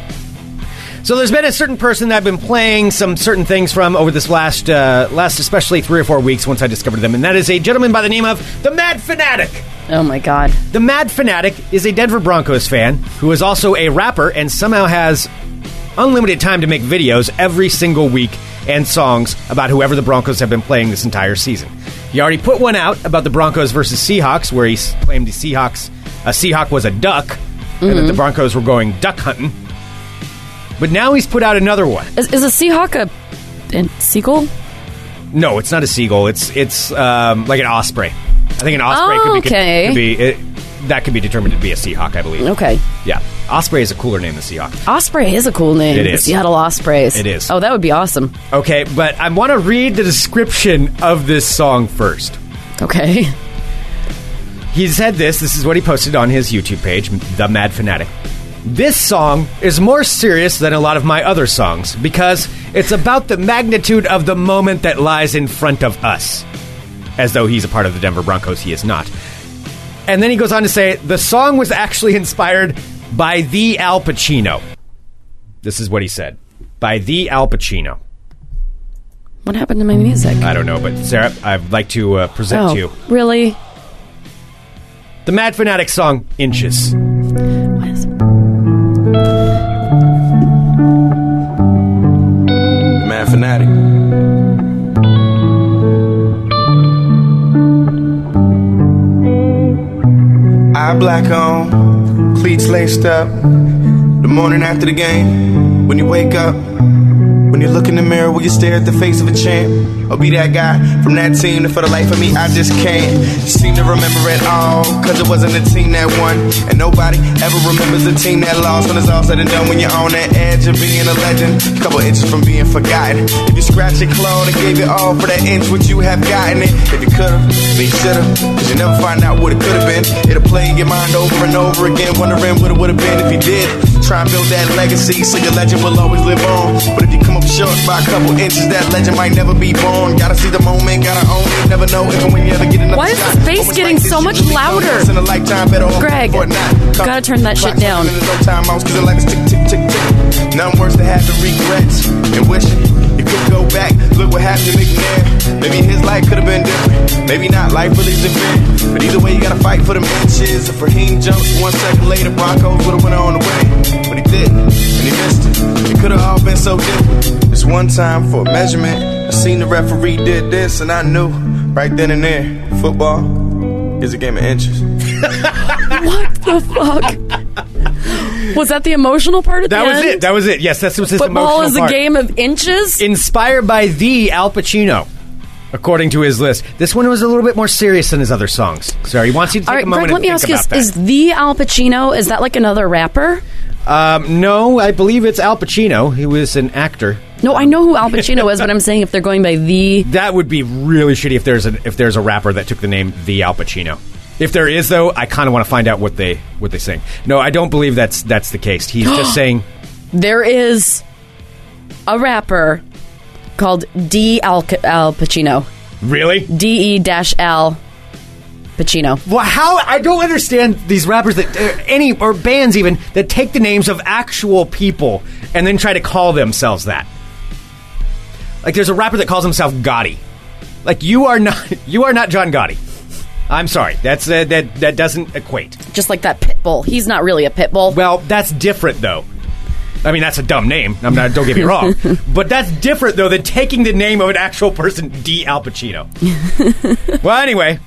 Speaker 1: So there's been a certain person that I've been playing some certain things from over this last uh, last especially three or four weeks once I discovered them, and that is a gentleman by the name of the Mad Fanatic.
Speaker 2: oh my god.
Speaker 1: The Mad Fanatic is a Denver Broncos fan who is also a rapper and somehow has unlimited time to make videos every single week and songs about whoever the Broncos have been playing this entire season. He already put one out about the Broncos versus Seahawks, where he s- claimed the Seahawks a Seahawk was a duck and that the Broncos were going duck hunting. But now he's put out another one.
Speaker 2: Is, is a Seahawk a, a sequel?
Speaker 1: No, it's not a seagull. It's it's um, like an osprey. I think an osprey
Speaker 2: Oh,
Speaker 1: could be,
Speaker 2: okay.
Speaker 1: could, be it, that could be determined to be a Seahawk, I believe.
Speaker 2: Okay.
Speaker 1: Yeah, Osprey is a cooler name than Seahawk.
Speaker 2: Osprey is a cool name.
Speaker 1: It
Speaker 2: The
Speaker 1: is.
Speaker 2: Seattle Ospreys.
Speaker 1: It is.
Speaker 2: Oh, that would be awesome.
Speaker 1: Okay, but I want to read the description of this song first.
Speaker 2: Okay.
Speaker 1: He said this. This is what he posted on his YouTube page, The Mad Fanatic. This song is more serious than a lot of my other songs because it's about the magnitude of the moment that lies in front of us. As though he's a part of the Denver Broncos, he is not. And then he goes on to say the song was actually inspired by the Al Pacino. This is what he said by the Al Pacino.
Speaker 2: What happened to my music?
Speaker 1: I don't know, but Sarah, I'd like to uh, present
Speaker 2: oh,
Speaker 1: to you
Speaker 2: really?
Speaker 1: the Mad Fanatic song "Inches."
Speaker 2: What is-
Speaker 3: Mad fanatic. I black on, cleats laced up. The morning after the game, when you wake up, when you look in the mirror, will you stare at the face of a champ? Or be that guy from that team that for the life of me, I just can't seem to remember it all. Cause it wasn't a team that won, and nobody ever remembers a team that lost. When it's all said and done, when you're on that edge of being a legend, couple inches from being forgotten. If you scratch your claw and gave it all for that inch, would you have gotten it? If you could've, then you should've. Cause you never find out what it could've been. It'll play in your mind over and over again, wondering what it would've been if you did. Try and build that legacy so your legend will always live on. But if you come up short by a couple inches, that legend might never be born. Gotta see the moment, gotta own it. Never know if and when you ever get another
Speaker 2: Why is
Speaker 3: shot.
Speaker 2: this bass
Speaker 3: Moments
Speaker 2: getting
Speaker 3: like this,
Speaker 2: so
Speaker 3: you
Speaker 2: much
Speaker 3: really don't
Speaker 2: louder?
Speaker 3: know it's in a lifetime, better on
Speaker 2: Greg,
Speaker 3: or not.
Speaker 2: gotta turn that shit
Speaker 3: Clock's
Speaker 2: down.
Speaker 3: running no time, I was feeling like it's tick, tick, tick, tick. None worse than having regrets and wishing you could go back. Look what happened to McNair. Maybe his life could have been different. Maybe not. Life really is a bit. But either way, you gotta fight for them inches. If Raheem jumps one second later, Broncos would have went on the way. But he did, and he missed it. It could have all been so different. It's one time for a measurement. I seen the referee did this, and I knew right then and there. Football is a game of inches.
Speaker 2: What the fuck? was that the emotional part at
Speaker 1: That
Speaker 2: the
Speaker 1: was
Speaker 2: end?
Speaker 1: it. That was it. Yes, that was his
Speaker 2: Football
Speaker 1: emotional
Speaker 2: is
Speaker 1: part.
Speaker 2: a game of inches?
Speaker 1: Inspired by the Al Pacino, according to his list. This one was a little bit more serious than his other songs. So he wants you to take
Speaker 2: All right,
Speaker 1: a moment
Speaker 2: Greg, let
Speaker 1: and
Speaker 2: me
Speaker 1: think
Speaker 2: ask you
Speaker 1: about
Speaker 2: this. Is
Speaker 1: that.
Speaker 2: the Al Pacino, is that like another rapper?
Speaker 1: um, no, I believe it's Al Pacino. He was an actor.
Speaker 2: No, I know who Al Pacino is, but I'm saying if they're going by the.
Speaker 1: That would be really shitty if there's an if there's a rapper that took the name the Al Pacino. If there is though, I kind of want to find out what they what they sing. No, I don't believe that's that's the case. He's just saying
Speaker 2: There is a rapper called D. Al, Al Pacino.
Speaker 1: really.
Speaker 2: D E dash Al Pacino.
Speaker 1: Well, how I don't understand these rappers that uh, any or bands even that take the names of actual people and then try to call themselves that. Like there's a rapper that calls himself Gotti. Like you are not you are not John Gotti. I'm sorry. That's uh, that that doesn't equate.
Speaker 2: Just like that pit bull. He's not really a pit bull.
Speaker 1: Well, that's different though. I mean, that's a dumb name. I'm not. Don't get me wrong, but that's different though than taking the name of an actual person, D. Al Pacino. well, anyway,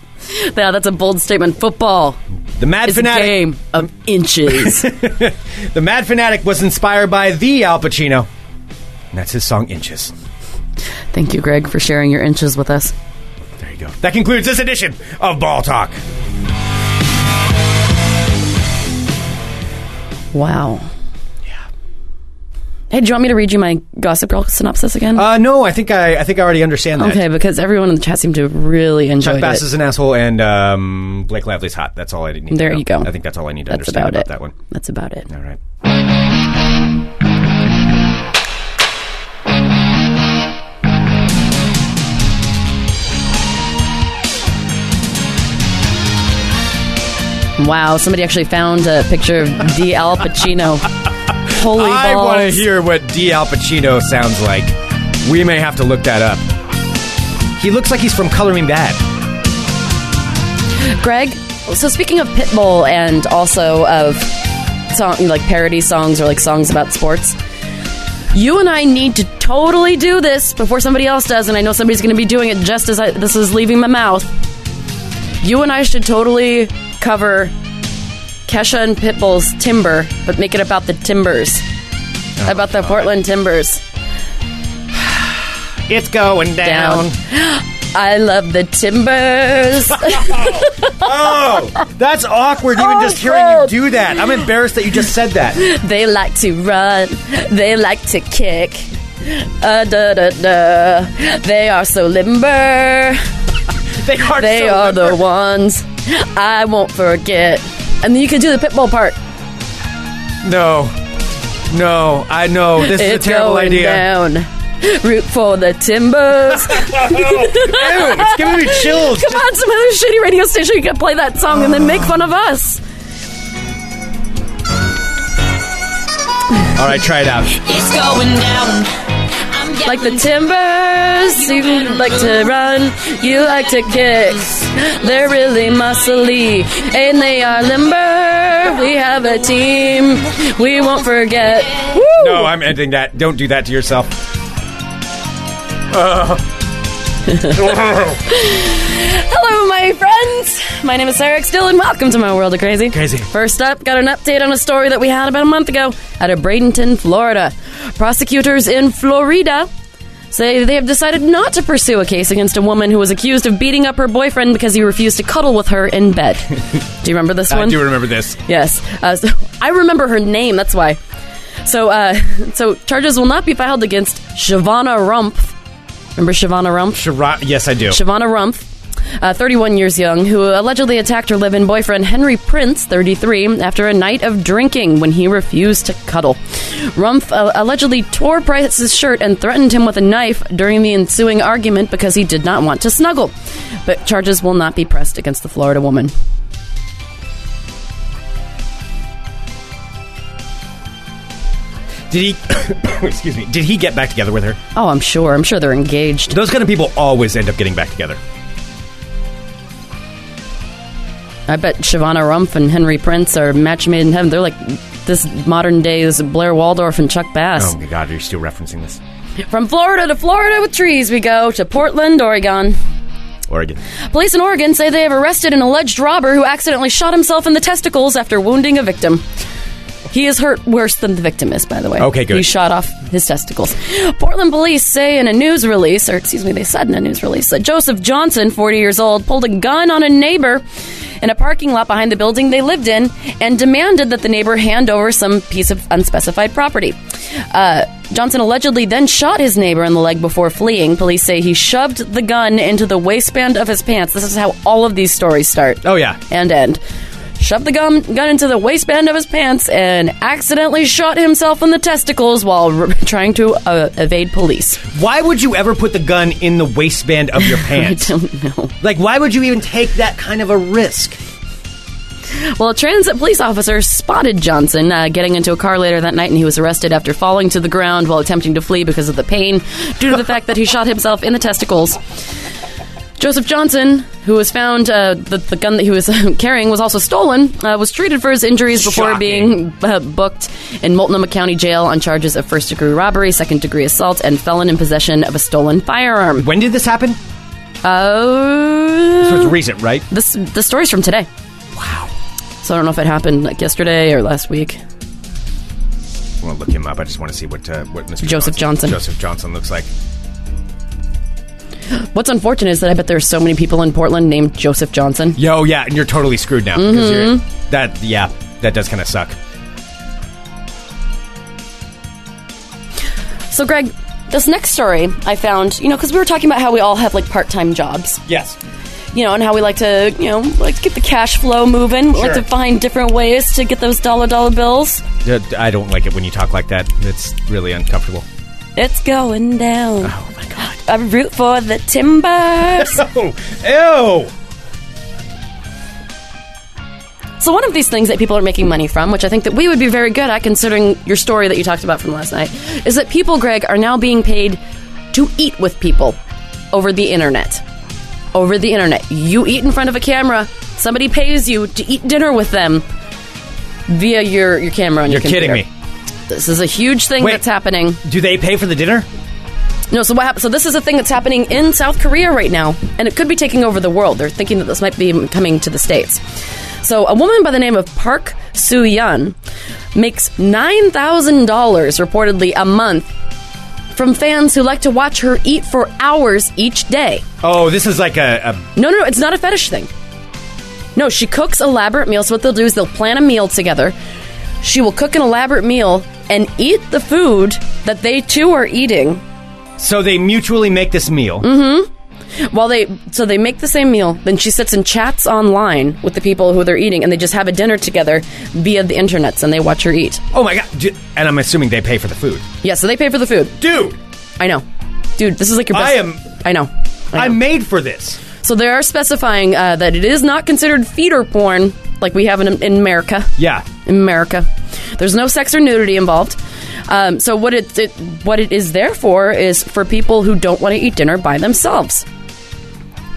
Speaker 2: yeah, that's a bold statement. Football
Speaker 1: The Mad
Speaker 2: It's
Speaker 1: Fanatic.
Speaker 2: a game of inches.
Speaker 1: The Mad Fanatic was inspired by the Al Pacino. And that's his song Inches.
Speaker 2: Thank you, Greg, for sharing your inches with us.
Speaker 1: There you go. That concludes this edition of Ball Talk.
Speaker 2: Wow. Hey, do you want me to read you my Gossip Girl synopsis again?
Speaker 1: Uh, no, I think I, I think I already understand that.
Speaker 2: okay, because everyone in the chat seemed to really enjoy
Speaker 1: Chuck Bass
Speaker 2: it.
Speaker 1: is an asshole, and um, Blake Lively's hot. That's all I need. to
Speaker 2: There
Speaker 1: know.
Speaker 2: you go.
Speaker 1: I think that's all I need to
Speaker 2: That's
Speaker 1: understand
Speaker 2: about,
Speaker 1: about
Speaker 2: it.
Speaker 1: that one.
Speaker 2: That's about it.
Speaker 1: All right.
Speaker 2: Wow, somebody actually found a picture of D. Al Pacino. Holy
Speaker 1: I
Speaker 2: balls.
Speaker 1: want to hear what D. Al Pacino sounds like. We may have to look that up. He looks like he's from Color Me Bad.
Speaker 2: Greg, so speaking of Pitbull and also of song like parody songs or like songs about sports, you and I need to totally do this before somebody else does, and I know somebody's going to be doing it just as I, this is leaving my mouth. You and I should totally cover Kesha and Pitbull's Timber, but make it about the Timbers, about the Portland Timbers.
Speaker 1: It's going down.
Speaker 2: Down. I love the Timbers.
Speaker 1: Oh, That's awkward. Even
Speaker 2: Oh,
Speaker 1: just hearing you
Speaker 2: God.
Speaker 1: do that, I'm embarrassed that you just said that.
Speaker 2: They like to run. They like to kick. Uh, da, da, da. They are so limber.
Speaker 1: They are.
Speaker 2: They
Speaker 1: so
Speaker 2: are the ones I won't forget. And then you can do the pitbull part.
Speaker 1: No. No, I know. This is a
Speaker 2: it's
Speaker 1: terrible
Speaker 2: going
Speaker 1: idea.
Speaker 2: down. Root for the Timbers.
Speaker 1: Oh, Ew, it's giving me chills.
Speaker 2: Come on, some other shitty radio station you can play that song and then make fun of us.
Speaker 1: All right, try it out.
Speaker 4: It's going down. I'm
Speaker 2: Like the Timbers, you like to run, you like to kick. They're really muscly, and they are limber. We have a team, we won't forget. Woo!
Speaker 1: No, I'm ending that. Don't do that to yourself.
Speaker 2: Hello, my friends. My name is Sarah X. Dillon. Welcome to my world of crazy.
Speaker 1: Crazy.
Speaker 2: First up, got an update on a story that we had about a month ago out of Bradenton, Florida. Prosecutors in Florida say they have decided not to pursue a case against a woman who was accused of beating up her boyfriend because he refused to cuddle with her in bed. do you remember this one?
Speaker 1: I Uh, do remember this.
Speaker 2: Yes. Uh, so, I remember her name, that's why. So, uh, so charges will not be filed against Shavana Rumpf. Remember Shavana Rumpf?
Speaker 1: Shira- yes, I do.
Speaker 2: Shavana Rumpf, uh, 31 years young, who allegedly attacked her live in boyfriend Henry Prince, 33, after a night of drinking when he refused to cuddle. Rumpf uh, allegedly tore Price's shirt and threatened him with a knife during the ensuing argument because he did not want to snuggle. But charges will not be pressed against the Florida woman.
Speaker 1: Did he? excuse me. Did he get back together with her?
Speaker 2: Oh, I'm sure. I'm sure they're engaged.
Speaker 1: Those kind of people always end up getting back together.
Speaker 2: I bet Shavana Rumpf and Henry Prince are match made in heaven. They're like this modern day this Blair Waldorf and Chuck Bass.
Speaker 1: Oh my god, you're still referencing this.
Speaker 2: From Florida to Florida with trees, we go to Portland, Oregon.
Speaker 1: Oregon.
Speaker 2: Police in Oregon say they have arrested an alleged robber who accidentally shot himself in the testicles after wounding a victim. He is hurt worse than the victim is, by the way.
Speaker 1: Okay, good.
Speaker 2: He shot off his testicles. Portland police say in a news release, or excuse me, they said in a news release, that Joseph Johnson, 40 years old, pulled a gun on a neighbor in a parking lot behind the building they lived in and demanded that the neighbor hand over some piece of unspecified property. Uh, Johnson allegedly then shot his neighbor in the leg before fleeing. Police say he shoved the gun into the waistband of his pants. This is how all of these stories start
Speaker 1: Oh yeah.
Speaker 2: and end. Shoved the gum, gun into the waistband of his pants and accidentally shot himself in the testicles while r- trying to uh, evade police.
Speaker 1: Why would you ever put the gun in the waistband of your pants?
Speaker 2: Don't know.
Speaker 1: like, why would you even take that kind of a risk?
Speaker 2: Well, a transit police officer spotted Johnson uh, getting into a car later that night, and he was arrested after falling to the ground while attempting to flee because of the pain due to the fact that he shot himself in the testicles. Joseph Johnson, who was found, uh, the, the gun that he was carrying was also stolen, uh, was treated for his injuries before
Speaker 1: Shocking.
Speaker 2: being uh, booked in Multnomah County Jail on charges of first degree robbery, second degree assault, and felon in possession of a stolen firearm.
Speaker 1: When did this happen?
Speaker 2: Oh.
Speaker 1: So it's recent, right?
Speaker 2: This the story's from today. Uh, Wow. So I don't know if it happened like yesterday or last week.
Speaker 1: I want to look him up. I just want to see what uh, what Mr.
Speaker 2: Joseph Johnson.
Speaker 1: Joseph Johnson looks like.
Speaker 2: What's unfortunate is that I bet there are so many people in Portland named Joseph Johnson.
Speaker 1: Yo, yeah, and you're totally screwed now. 'cause you're-
Speaker 2: Mm-hmm.
Speaker 1: that yeah, that does kind of suck.
Speaker 2: So, Greg, this next story I found, you know, because we were talking about how we all have like part time jobs,
Speaker 1: Yes.
Speaker 2: you know, and how we like to, you know, like to get the cash flow moving. We like
Speaker 1: Sure.
Speaker 2: to find different ways to get those dollar dollar bills.
Speaker 1: I don't like it when you talk like that. It's really uncomfortable.
Speaker 2: It's going down. Oh my god. I root for the Timbers.
Speaker 1: Oh, ew.
Speaker 2: so one of these things that people are making money from, which I think that we would be very good at considering your story that you talked about from last night, is that people, Greg, are now being paid to eat with people over the internet. Over the internet. You eat in front of a camera, somebody pays you to eat dinner with them via your, your camera on
Speaker 1: You're
Speaker 2: your
Speaker 1: kidding me.
Speaker 2: computer. This is a huge thing
Speaker 1: Wait.
Speaker 2: that's happening.
Speaker 1: Do they pay for the dinner?
Speaker 2: No, so what happened? So this is a thing that's happening in South Korea right now, and it could be taking over the world. They're thinking that this might be coming to the states. So a woman by the name of Park Soo Yun makes nine thousand dollars reportedly a month from fans who like to watch her eat for hours each day.
Speaker 1: Oh, this is like a, a
Speaker 2: No, no, no, it's not a fetish thing. No, she cooks elaborate meals. So what they'll do is they'll plan a meal together. She will cook an elaborate meal and eat the food that they too are eating
Speaker 1: so they mutually make this meal.
Speaker 2: Mm-hmm. While they so they make the same meal, then she sits and chats online with the people who they're eating, and they just have a dinner together via the internets, and they watch her eat.
Speaker 1: Oh my god! Ju- And I'm assuming they pay for the food,
Speaker 2: Yeah, so they pay for the food.
Speaker 1: dude.
Speaker 2: I know, dude. This is like your best.
Speaker 1: I am-
Speaker 2: I know. I
Speaker 1: I'm
Speaker 2: know.
Speaker 1: made for this.
Speaker 2: so they are specifying uh, that it is not considered feeder porn, like we have in, in America.
Speaker 1: Yeah.
Speaker 2: in America. There's no sex or nudity involved. Um, so what it, it what it is there for is for people who don't want to eat dinner by themselves.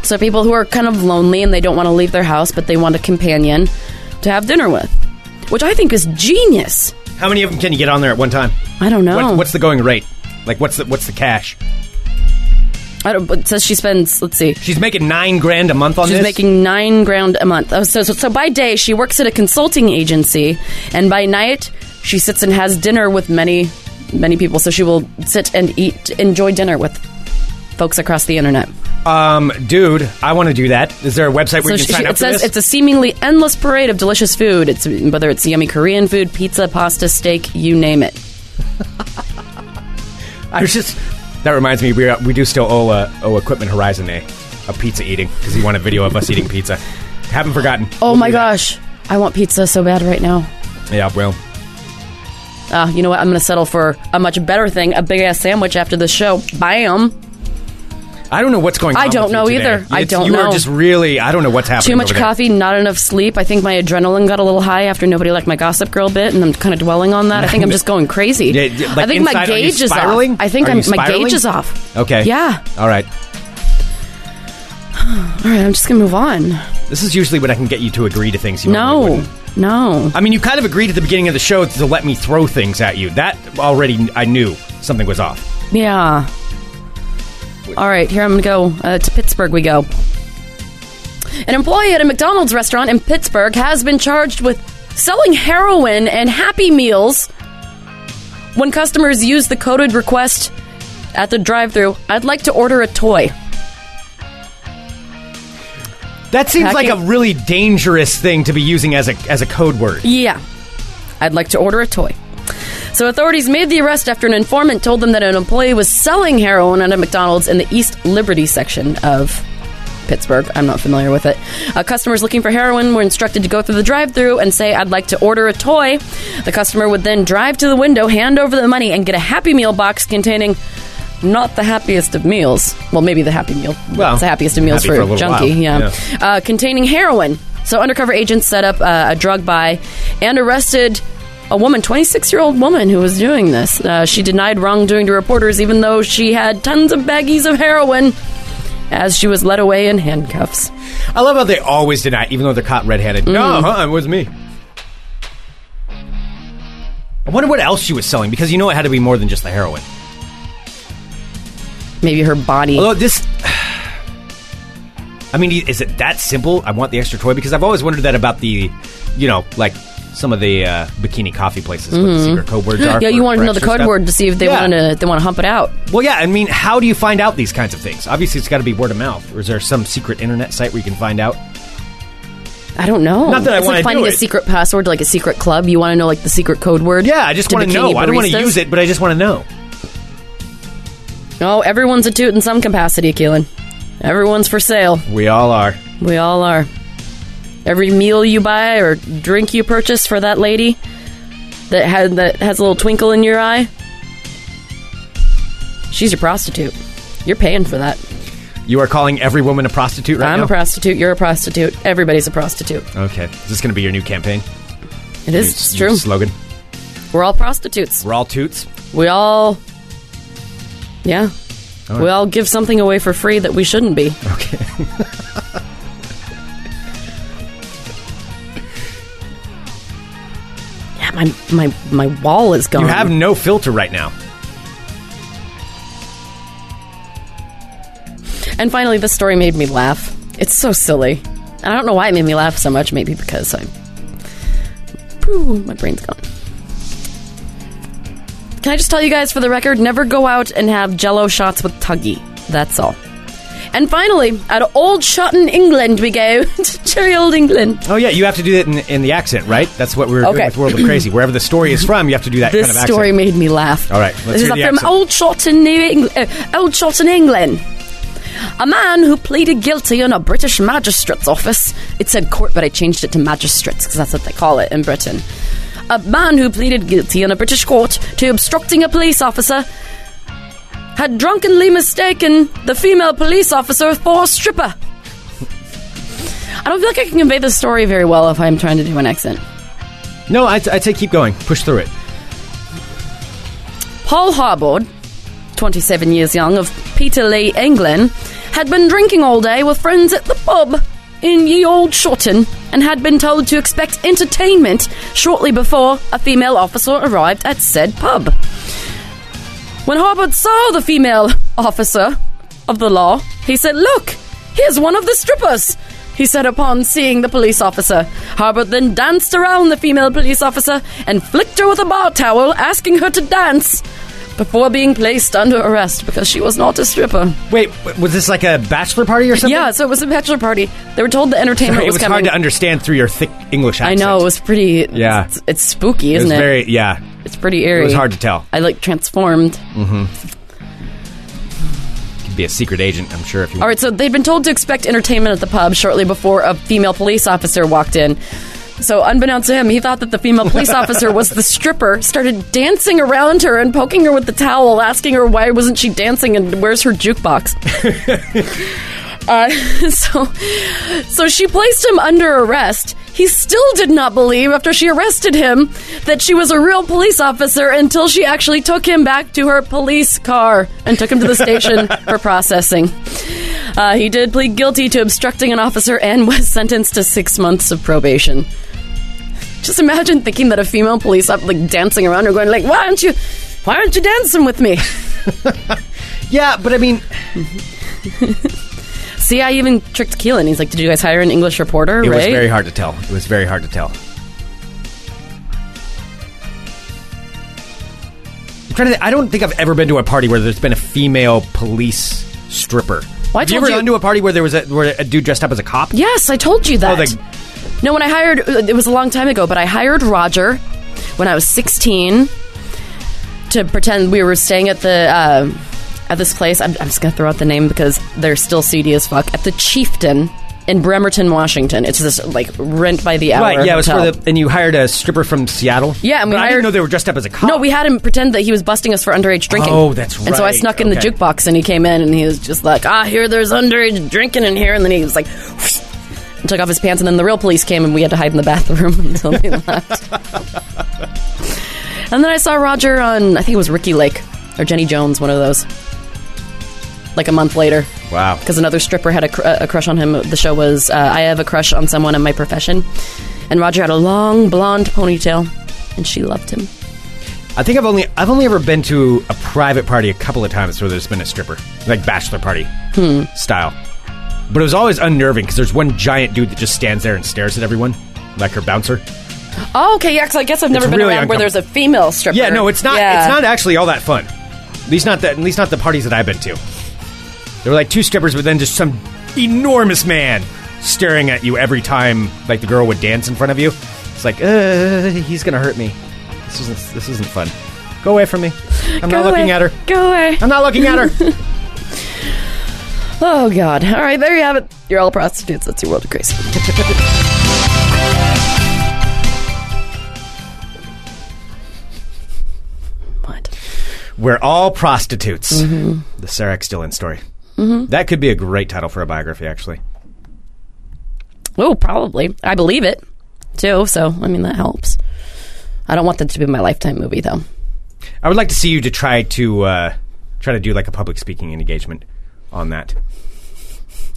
Speaker 2: So people who are kind of lonely and they don't want to leave their house, but they want a companion to have dinner with, which I think is genius.
Speaker 1: How many of them can you get on there at one time?
Speaker 2: I don't know.
Speaker 1: What, what's the going rate? Like, what's the what's the cash?
Speaker 2: I don't, but it says she spends. Let's see.
Speaker 1: She's making nine grand a month on
Speaker 2: She's
Speaker 1: this.
Speaker 2: making nine grand a month. Oh, so, so, so by day, she works at a consulting agency, and by night, she sits and has dinner with many, many people. So she will sit and eat, enjoy dinner with folks across the internet.
Speaker 1: um, dude, I want to do that. Is there a website where
Speaker 2: so
Speaker 1: you can
Speaker 2: she-
Speaker 1: sign
Speaker 2: she-
Speaker 1: up
Speaker 2: it
Speaker 1: for
Speaker 2: says
Speaker 1: this?
Speaker 2: it's a seemingly endless parade of delicious food. It's whether it's yummy Korean food, pizza, pasta, steak, you name it.
Speaker 1: I was just. That reminds me, we are, we do still owe, uh, owe Equipment Horizon a, a pizza eating because he wanted a video of us eating pizza. Haven't forgotten.
Speaker 2: Oh
Speaker 1: We'll
Speaker 2: my
Speaker 1: do that.
Speaker 2: gosh, I want pizza so bad right now.
Speaker 1: Yeah, well,
Speaker 2: Ah, you know what? I'm going to settle for a much better thing—a big ass sandwich after the show. Bam.
Speaker 1: I don't know what's going. on
Speaker 2: I don't
Speaker 1: with you
Speaker 2: know
Speaker 1: today.
Speaker 2: either. I
Speaker 1: It's-
Speaker 2: don't
Speaker 1: You are
Speaker 2: know.
Speaker 1: just really. I don't know what's happening.
Speaker 2: Too much
Speaker 1: over there.
Speaker 2: coffee, not enough sleep. I think my adrenaline got a little high after nobody liked my Gossip Girl bit, and I'm kind of dwelling on that. I think I'm just going crazy.
Speaker 1: Yeah, yeah, like
Speaker 2: I think my
Speaker 1: inside, are you
Speaker 2: gauge is off.
Speaker 1: spiraling?
Speaker 2: I think
Speaker 1: Are
Speaker 2: I'm,
Speaker 1: you
Speaker 2: my
Speaker 1: spiraling?
Speaker 2: gauge is off.
Speaker 1: Okay.
Speaker 2: Yeah.
Speaker 1: All right.
Speaker 2: All right, I'm just gonna move on.
Speaker 1: This is usually when I can get you to agree to things. You normally
Speaker 2: No,
Speaker 1: wouldn't.
Speaker 2: no.
Speaker 1: I mean, you kind of agreed at the beginning of the show to let me throw things at you. That already, I knew something was off.
Speaker 2: Yeah. All right, here I'm gonna go uh, to Pittsburgh. We go. An employee at a McDonald's restaurant in Pittsburgh has been charged with selling heroin and Happy Meals when customers use the coded request at the drive-through. I'd like to order a toy.
Speaker 1: That seems
Speaker 2: Packing-
Speaker 1: like a really dangerous thing to be using as a as a code word.
Speaker 2: Yeah. I'd like to order a toy. So authorities made the arrest after an informant told them that an employee was selling heroin at a McDonald's in the East Liberty section of Pittsburgh. I'm not familiar with it. Uh, customers looking for heroin were instructed to go through the drive-through and say, "I'd like to order a toy." The customer would then drive to the window, hand over the money, and get a Happy Meal box containing not the happiest of meals. Well, maybe the Happy Meal.
Speaker 1: Well,
Speaker 2: it's the happiest of meals
Speaker 1: happy for a
Speaker 2: for
Speaker 1: little
Speaker 2: junkie.
Speaker 1: while.
Speaker 2: Yeah,
Speaker 1: Yeah.
Speaker 2: uh, containing heroin. So undercover agents set up uh, a drug buy and arrested a woman, 26 year old woman, who was doing this. Uh, she denied wrongdoing to reporters, even though she had tons of baggies of heroin. As she was led away in handcuffs.
Speaker 1: I love how they always deny, even though they're caught red-handed.
Speaker 2: Mm.
Speaker 1: No, huh, it was me. I wonder what else she was selling because you know it had to be more than just the heroin.
Speaker 2: Maybe her body.
Speaker 1: Although this, I mean, is it that simple? I want the extra toy because I've always wondered that about the, you know, like some of the uh, bikini coffee places what the secret code words are.
Speaker 2: Mm-hmm. yeah, you
Speaker 1: for-
Speaker 2: wanted
Speaker 1: for
Speaker 2: to know the
Speaker 1: extra
Speaker 2: code
Speaker 1: stuff.
Speaker 2: word to see if they
Speaker 1: Yeah.
Speaker 2: want to they want to hump it out.
Speaker 1: Well, yeah. I mean, how do you find out these kinds of things? Obviously, it's got to be word of mouth. Or is there some secret internet site where you can find out?
Speaker 2: I don't know.
Speaker 1: Not that I
Speaker 2: it's
Speaker 1: wanna
Speaker 2: like finding
Speaker 1: do
Speaker 2: a
Speaker 1: it.
Speaker 2: secret password to like a secret club. You want to know like the secret code word?
Speaker 1: Yeah, I just
Speaker 2: to
Speaker 1: want to
Speaker 2: bikini
Speaker 1: know. I don't want to
Speaker 2: baristas?
Speaker 1: use it, but I just want to know.
Speaker 2: Oh, everyone's a toot in some capacity, Keelan. Everyone's for sale.
Speaker 1: We all are.
Speaker 2: We all are. Every meal you buy or drink you purchase for that lady that had that has a little twinkle in your eye, she's your prostitute. You're paying for that.
Speaker 1: You are calling every woman a prostitute right
Speaker 2: I'm
Speaker 1: now.
Speaker 2: a prostitute. You're a prostitute. Everybody's a prostitute.
Speaker 1: okay, is this going to be your new campaign?
Speaker 2: It is it's
Speaker 1: Your-
Speaker 2: true.
Speaker 1: your slogan.
Speaker 2: We're all prostitutes.
Speaker 1: We're all toots.
Speaker 2: We all, yeah, we all give something away for free that we shouldn't be.
Speaker 1: Okay.
Speaker 2: Yeah, my my my wall is gone.
Speaker 1: You have no filter right now.
Speaker 2: And finally, this story made me laugh. It's so silly. And I don't know why it made me laugh so much. Maybe because I. Pooh, my brain's gone. Can I just tell you guys for the record never go out and have jello shots with Tuggy. That's all. And finally, out of old Shotton, England, we go. to Cherry old England.
Speaker 1: Oh yeah, you have to do that in, in the accent, right? That's what we were
Speaker 2: Okay.
Speaker 1: doing with World of Crazy. Wherever the story is from, you have to do that
Speaker 2: This
Speaker 1: kind of
Speaker 2: story
Speaker 1: accent.
Speaker 2: made me laugh.
Speaker 1: All right, let's
Speaker 2: this is
Speaker 1: hear the
Speaker 2: from
Speaker 1: accent.
Speaker 2: Old Shotton, New England. Uh, Old Shotton, England. A man who pleaded guilty in a British magistrate's office. It said court, but I changed it to magistrates because that's what they call it in Britain. A man who pleaded guilty in a British court to obstructing a police officer had drunkenly mistaken the female police officer for a stripper. I don't feel like I can convey this story very well if I'm trying to do an accent.
Speaker 1: No, I, I say keep going, push through it.
Speaker 2: Paul Harbord, 27 years young, of Peterlee, England, had been drinking all day with friends at the pub in ye old Shorten and had been told to expect entertainment shortly before a female officer arrived at said pub. When Harbord saw the female officer of the law, he said, Look, here's one of the strippers, he said upon seeing the police officer. Harbord then danced around the female police officer and flicked her with a bar towel, asking her to dance before being placed under arrest because she was not a stripper.
Speaker 1: Wait, w- was this like a bachelor party or something?
Speaker 2: Yeah, so it was a bachelor party. They were told the entertainment
Speaker 1: Sorry, it was
Speaker 2: coming.
Speaker 1: hard to understand through your thick English
Speaker 2: I
Speaker 1: accent.
Speaker 2: know, it was pretty.
Speaker 1: Yeah.
Speaker 2: It's, it's spooky,
Speaker 1: It was
Speaker 2: isn't it?
Speaker 1: very yeah.
Speaker 2: it's pretty
Speaker 1: It
Speaker 2: eerie.
Speaker 1: was hard to tell.
Speaker 2: I like transformed.
Speaker 1: Could be a secret agent, I'm sure. If you
Speaker 2: All right, so they'd been told to expect entertainment at the pub shortly before a female police officer walked in. So, unbeknownst to him, he thought that the female police officer was the stripper, started dancing around her and poking her with the towel, asking her why wasn't she dancing and where's her jukebox. uh, so, so she placed him under arrest. He still did not believe, after she arrested him, that she was a real police officer until she actually took him back to her police car and took him to the station for processing. Uh, he did plead guilty to obstructing an officer and was sentenced to six months of probation. Just imagine thinking that a female police officer, like dancing around her, going like, "Why aren't you, why aren't you dancing with me?"
Speaker 1: yeah, but I mean,
Speaker 2: See, I even tricked Keelan. He's like, "Did you guys hire an English reporter?"
Speaker 1: it
Speaker 2: right?
Speaker 1: was very hard to tell. It was very hard to tell. I'm trying to. Think, I don't think I've ever been to a party where there's been a female police stripper.
Speaker 2: Well, I
Speaker 1: Have you
Speaker 2: told
Speaker 1: ever
Speaker 2: you-
Speaker 1: gone to a party where there was a where a dude dressed up as a cop? Oh,
Speaker 2: Yes, I told you that.
Speaker 1: the-
Speaker 2: No, when I hired, it was a long time ago, but I hired Roger when I was 16 to pretend we were staying at the uh, at this place. I'm, I'm just gonna throw out the name because they're still seedy as fuck. At the Chieftain in Bremerton, Washington. It's this like rent by the hour.
Speaker 1: Right, yeah, it was
Speaker 2: hotel.
Speaker 1: for the and you hired a stripper from Seattle.
Speaker 2: Yeah, and we
Speaker 1: but I
Speaker 2: hired-
Speaker 1: didn't know they were dressed up as a cop.
Speaker 2: No, we had him pretend that he was busting us for underage drinking.
Speaker 1: Oh, that's
Speaker 2: And so I
Speaker 1: right.
Speaker 2: snuck in
Speaker 1: Okay.
Speaker 2: the jukebox, and he came in, and he was just like, "Ah, here, there's underage drinking in here," and then he was like, whoosh, and took off his pants, and then the real police came, and we had to hide in the bathroom until they left. and then I saw Roger on, I think it was Ricky Lake or Jenny Jones, one of those. Like a month later,
Speaker 1: Wow.
Speaker 2: because another stripper had a, cr- a crush on him. The show was uh, I Have a Crush on Someone in My Profession. And Roger had a long blonde ponytail, and she loved him.
Speaker 1: I think I've only I've only ever been to
Speaker 2: Hmm.
Speaker 1: a private party a couple of times where there's been a stripper, like bachelor party style. But it was always unnerving because there's one giant dude that just stands there and stares at everyone, like her bouncer.
Speaker 2: Oh, okay. Yeah, 'cause I guess I've never
Speaker 1: It's
Speaker 2: been
Speaker 1: really
Speaker 2: around where there's a
Speaker 1: uncomfortable.
Speaker 2: female stripper.
Speaker 1: Yeah, no, it's not.
Speaker 2: Yeah.
Speaker 1: It's not actually all that fun. At least not that. At least not the parties that I've been to. There were like two strippers, but then just some enormous man staring at you every time like the girl would dance in front of you. It's like, uh, he's gonna hurt me. This isn't. This isn't fun. Go away from me. I'm
Speaker 2: Go
Speaker 1: not looking
Speaker 2: away.
Speaker 1: at her.
Speaker 2: Go away.
Speaker 1: I'm not looking at her.
Speaker 2: Oh God! All right, there you have it. You're all prostitutes. That's your world of crazy. what?
Speaker 1: We're all prostitutes.
Speaker 2: Mm-hmm.
Speaker 1: The Sarah Dillon story. That could be a great title for a biography, actually.
Speaker 2: Oh, probably. I believe it too. So I mean, that helps. I don't want that to be my lifetime movie, though.
Speaker 1: I would like to see you to try to uh, try to do like a public speaking engagement on that.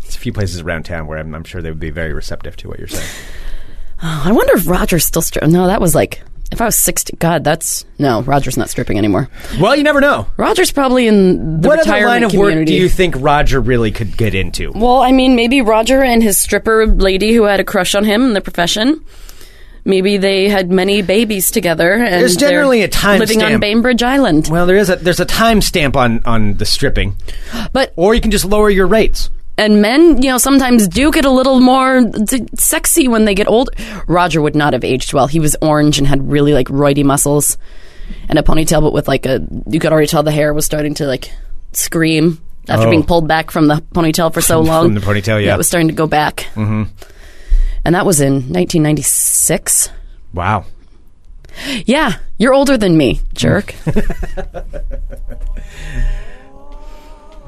Speaker 1: There's a few places around town where I'm, I'm sure they would be very receptive to what you're saying.
Speaker 2: I wonder if Roger's still stripping. No, that was like if I was sixty. God, that's no. Roger's not stripping anymore.
Speaker 1: Well, you never know.
Speaker 2: Roger's probably in the
Speaker 1: what other
Speaker 2: retirement
Speaker 1: line of
Speaker 2: community.
Speaker 1: work do you think Roger really could get into?
Speaker 2: Well, I mean, maybe Roger and his stripper lady who had a crush on him in the profession. Maybe they had many babies together, and
Speaker 1: There's
Speaker 2: they're
Speaker 1: generally a time
Speaker 2: living on
Speaker 1: stamp.
Speaker 2: Bainbridge Island.
Speaker 1: Well, there is a there's a time stamp on on the stripping,
Speaker 2: But
Speaker 1: or you can just lower your rates.
Speaker 2: and men, you know, sometimes do get a little more d- sexy when they get old. Roger would not have aged well. He was orange and had really like roidy muscles and a ponytail, but with like a you could already tell the hair was starting to like scream after
Speaker 1: Oh.
Speaker 2: being pulled back from the ponytail for so long.
Speaker 1: the ponytail, yeah.
Speaker 2: it was starting to go back. Mm-hmm. And that was in 1996.
Speaker 1: Wow.
Speaker 2: Yeah, you're older than me, jerk.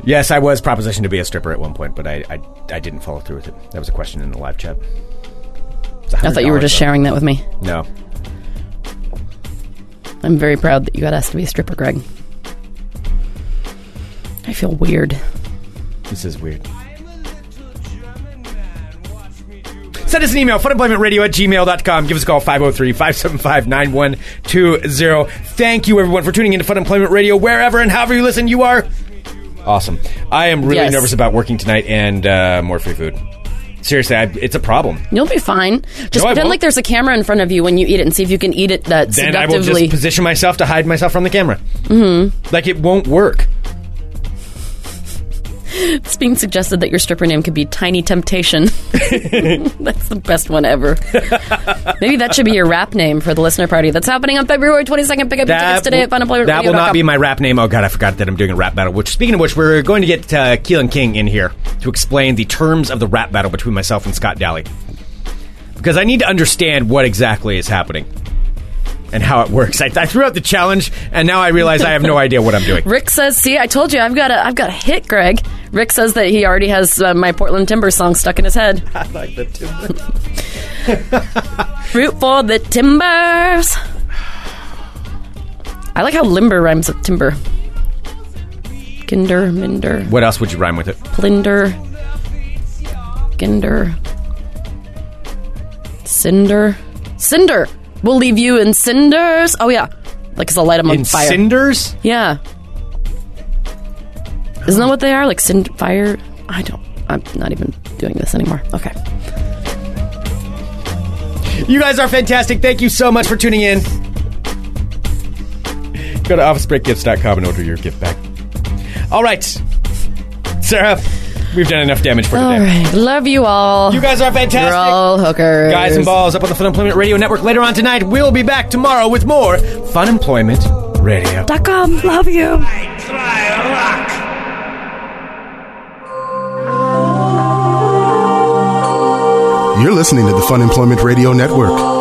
Speaker 1: Yes, I was propositioned to be a stripper at one point, but I I, I didn't follow through with it. That was a question in the live chat. It's
Speaker 2: I thought you were
Speaker 1: $100
Speaker 2: just
Speaker 1: though.
Speaker 2: sharing that with me.
Speaker 1: No,
Speaker 2: I'm very proud that you got asked to be a stripper, Greg. I feel weird.
Speaker 1: This is weird. Send us an email, funemploymentradio at gmail.com. Give us a call, 503 575 9120. Thank you, everyone, for tuning into Fun Employment Radio, wherever and however you listen. You are awesome. I am really
Speaker 2: Yes.
Speaker 1: nervous about working tonight and uh, more free food. Seriously, I, it's a problem.
Speaker 2: You'll be fine. Just
Speaker 1: No, I
Speaker 2: pretend
Speaker 1: won't.
Speaker 2: like there's a camera in front of you when you eat it and see if you can eat it that
Speaker 1: Then I will
Speaker 2: seductively.
Speaker 1: just position myself to hide myself from the camera. Mm-hmm. Like, it won't work.
Speaker 2: it's being suggested that your stripper name could be Tiny Temptation. That's the best one ever. Maybe that should be your rap name for the listener party. That's happening on February 22nd. Pick up your tickets today at
Speaker 1: will,
Speaker 2: funemploymentradio.com.
Speaker 1: that will not be my rap name. Oh god, I forgot that I'm doing a rap battle. Which, speaking of which, we're going to get uh, Keelan King in here to explain the terms of the rap battle between myself and Scott Daly, because I need to understand what exactly is happening and how it works. I, I threw out the challenge, and now I realize I have no idea what I'm doing.
Speaker 2: Rick says, "See, I told you, I've got a, I've got a hit, Greg." Rick says that he already has uh, my Portland Timber song stuck in his head. I like the timber. Root for the timbers. I like how limber rhymes with timber. Kinder, minder,
Speaker 1: What else would you rhyme with it?
Speaker 2: plinder, ginder, cinder, cinder. We'll leave you in cinders. Oh yeah, like 'cause I'll light them on
Speaker 1: In
Speaker 2: fire.
Speaker 1: cinders?
Speaker 2: Yeah. Isn't that what they are? Like cind- fire? I don't. I'm not even doing this anymore. Okay.
Speaker 1: You guys are fantastic. Thank you so much for tuning in. Go to officebreakgifts.com and order your gift back. All right. Sarah, we've done enough damage for
Speaker 2: All
Speaker 1: today.
Speaker 2: right. Love you all.
Speaker 1: You guys are
Speaker 2: You're
Speaker 1: fantastic.
Speaker 2: all hookers.
Speaker 1: Guys and balls up on the Fun Employment Radio Network later on tonight. We'll be back tomorrow with more Fun Employment Radio.
Speaker 2: Dot com. Love you.
Speaker 5: You're listening to the Fun Employment Radio Network.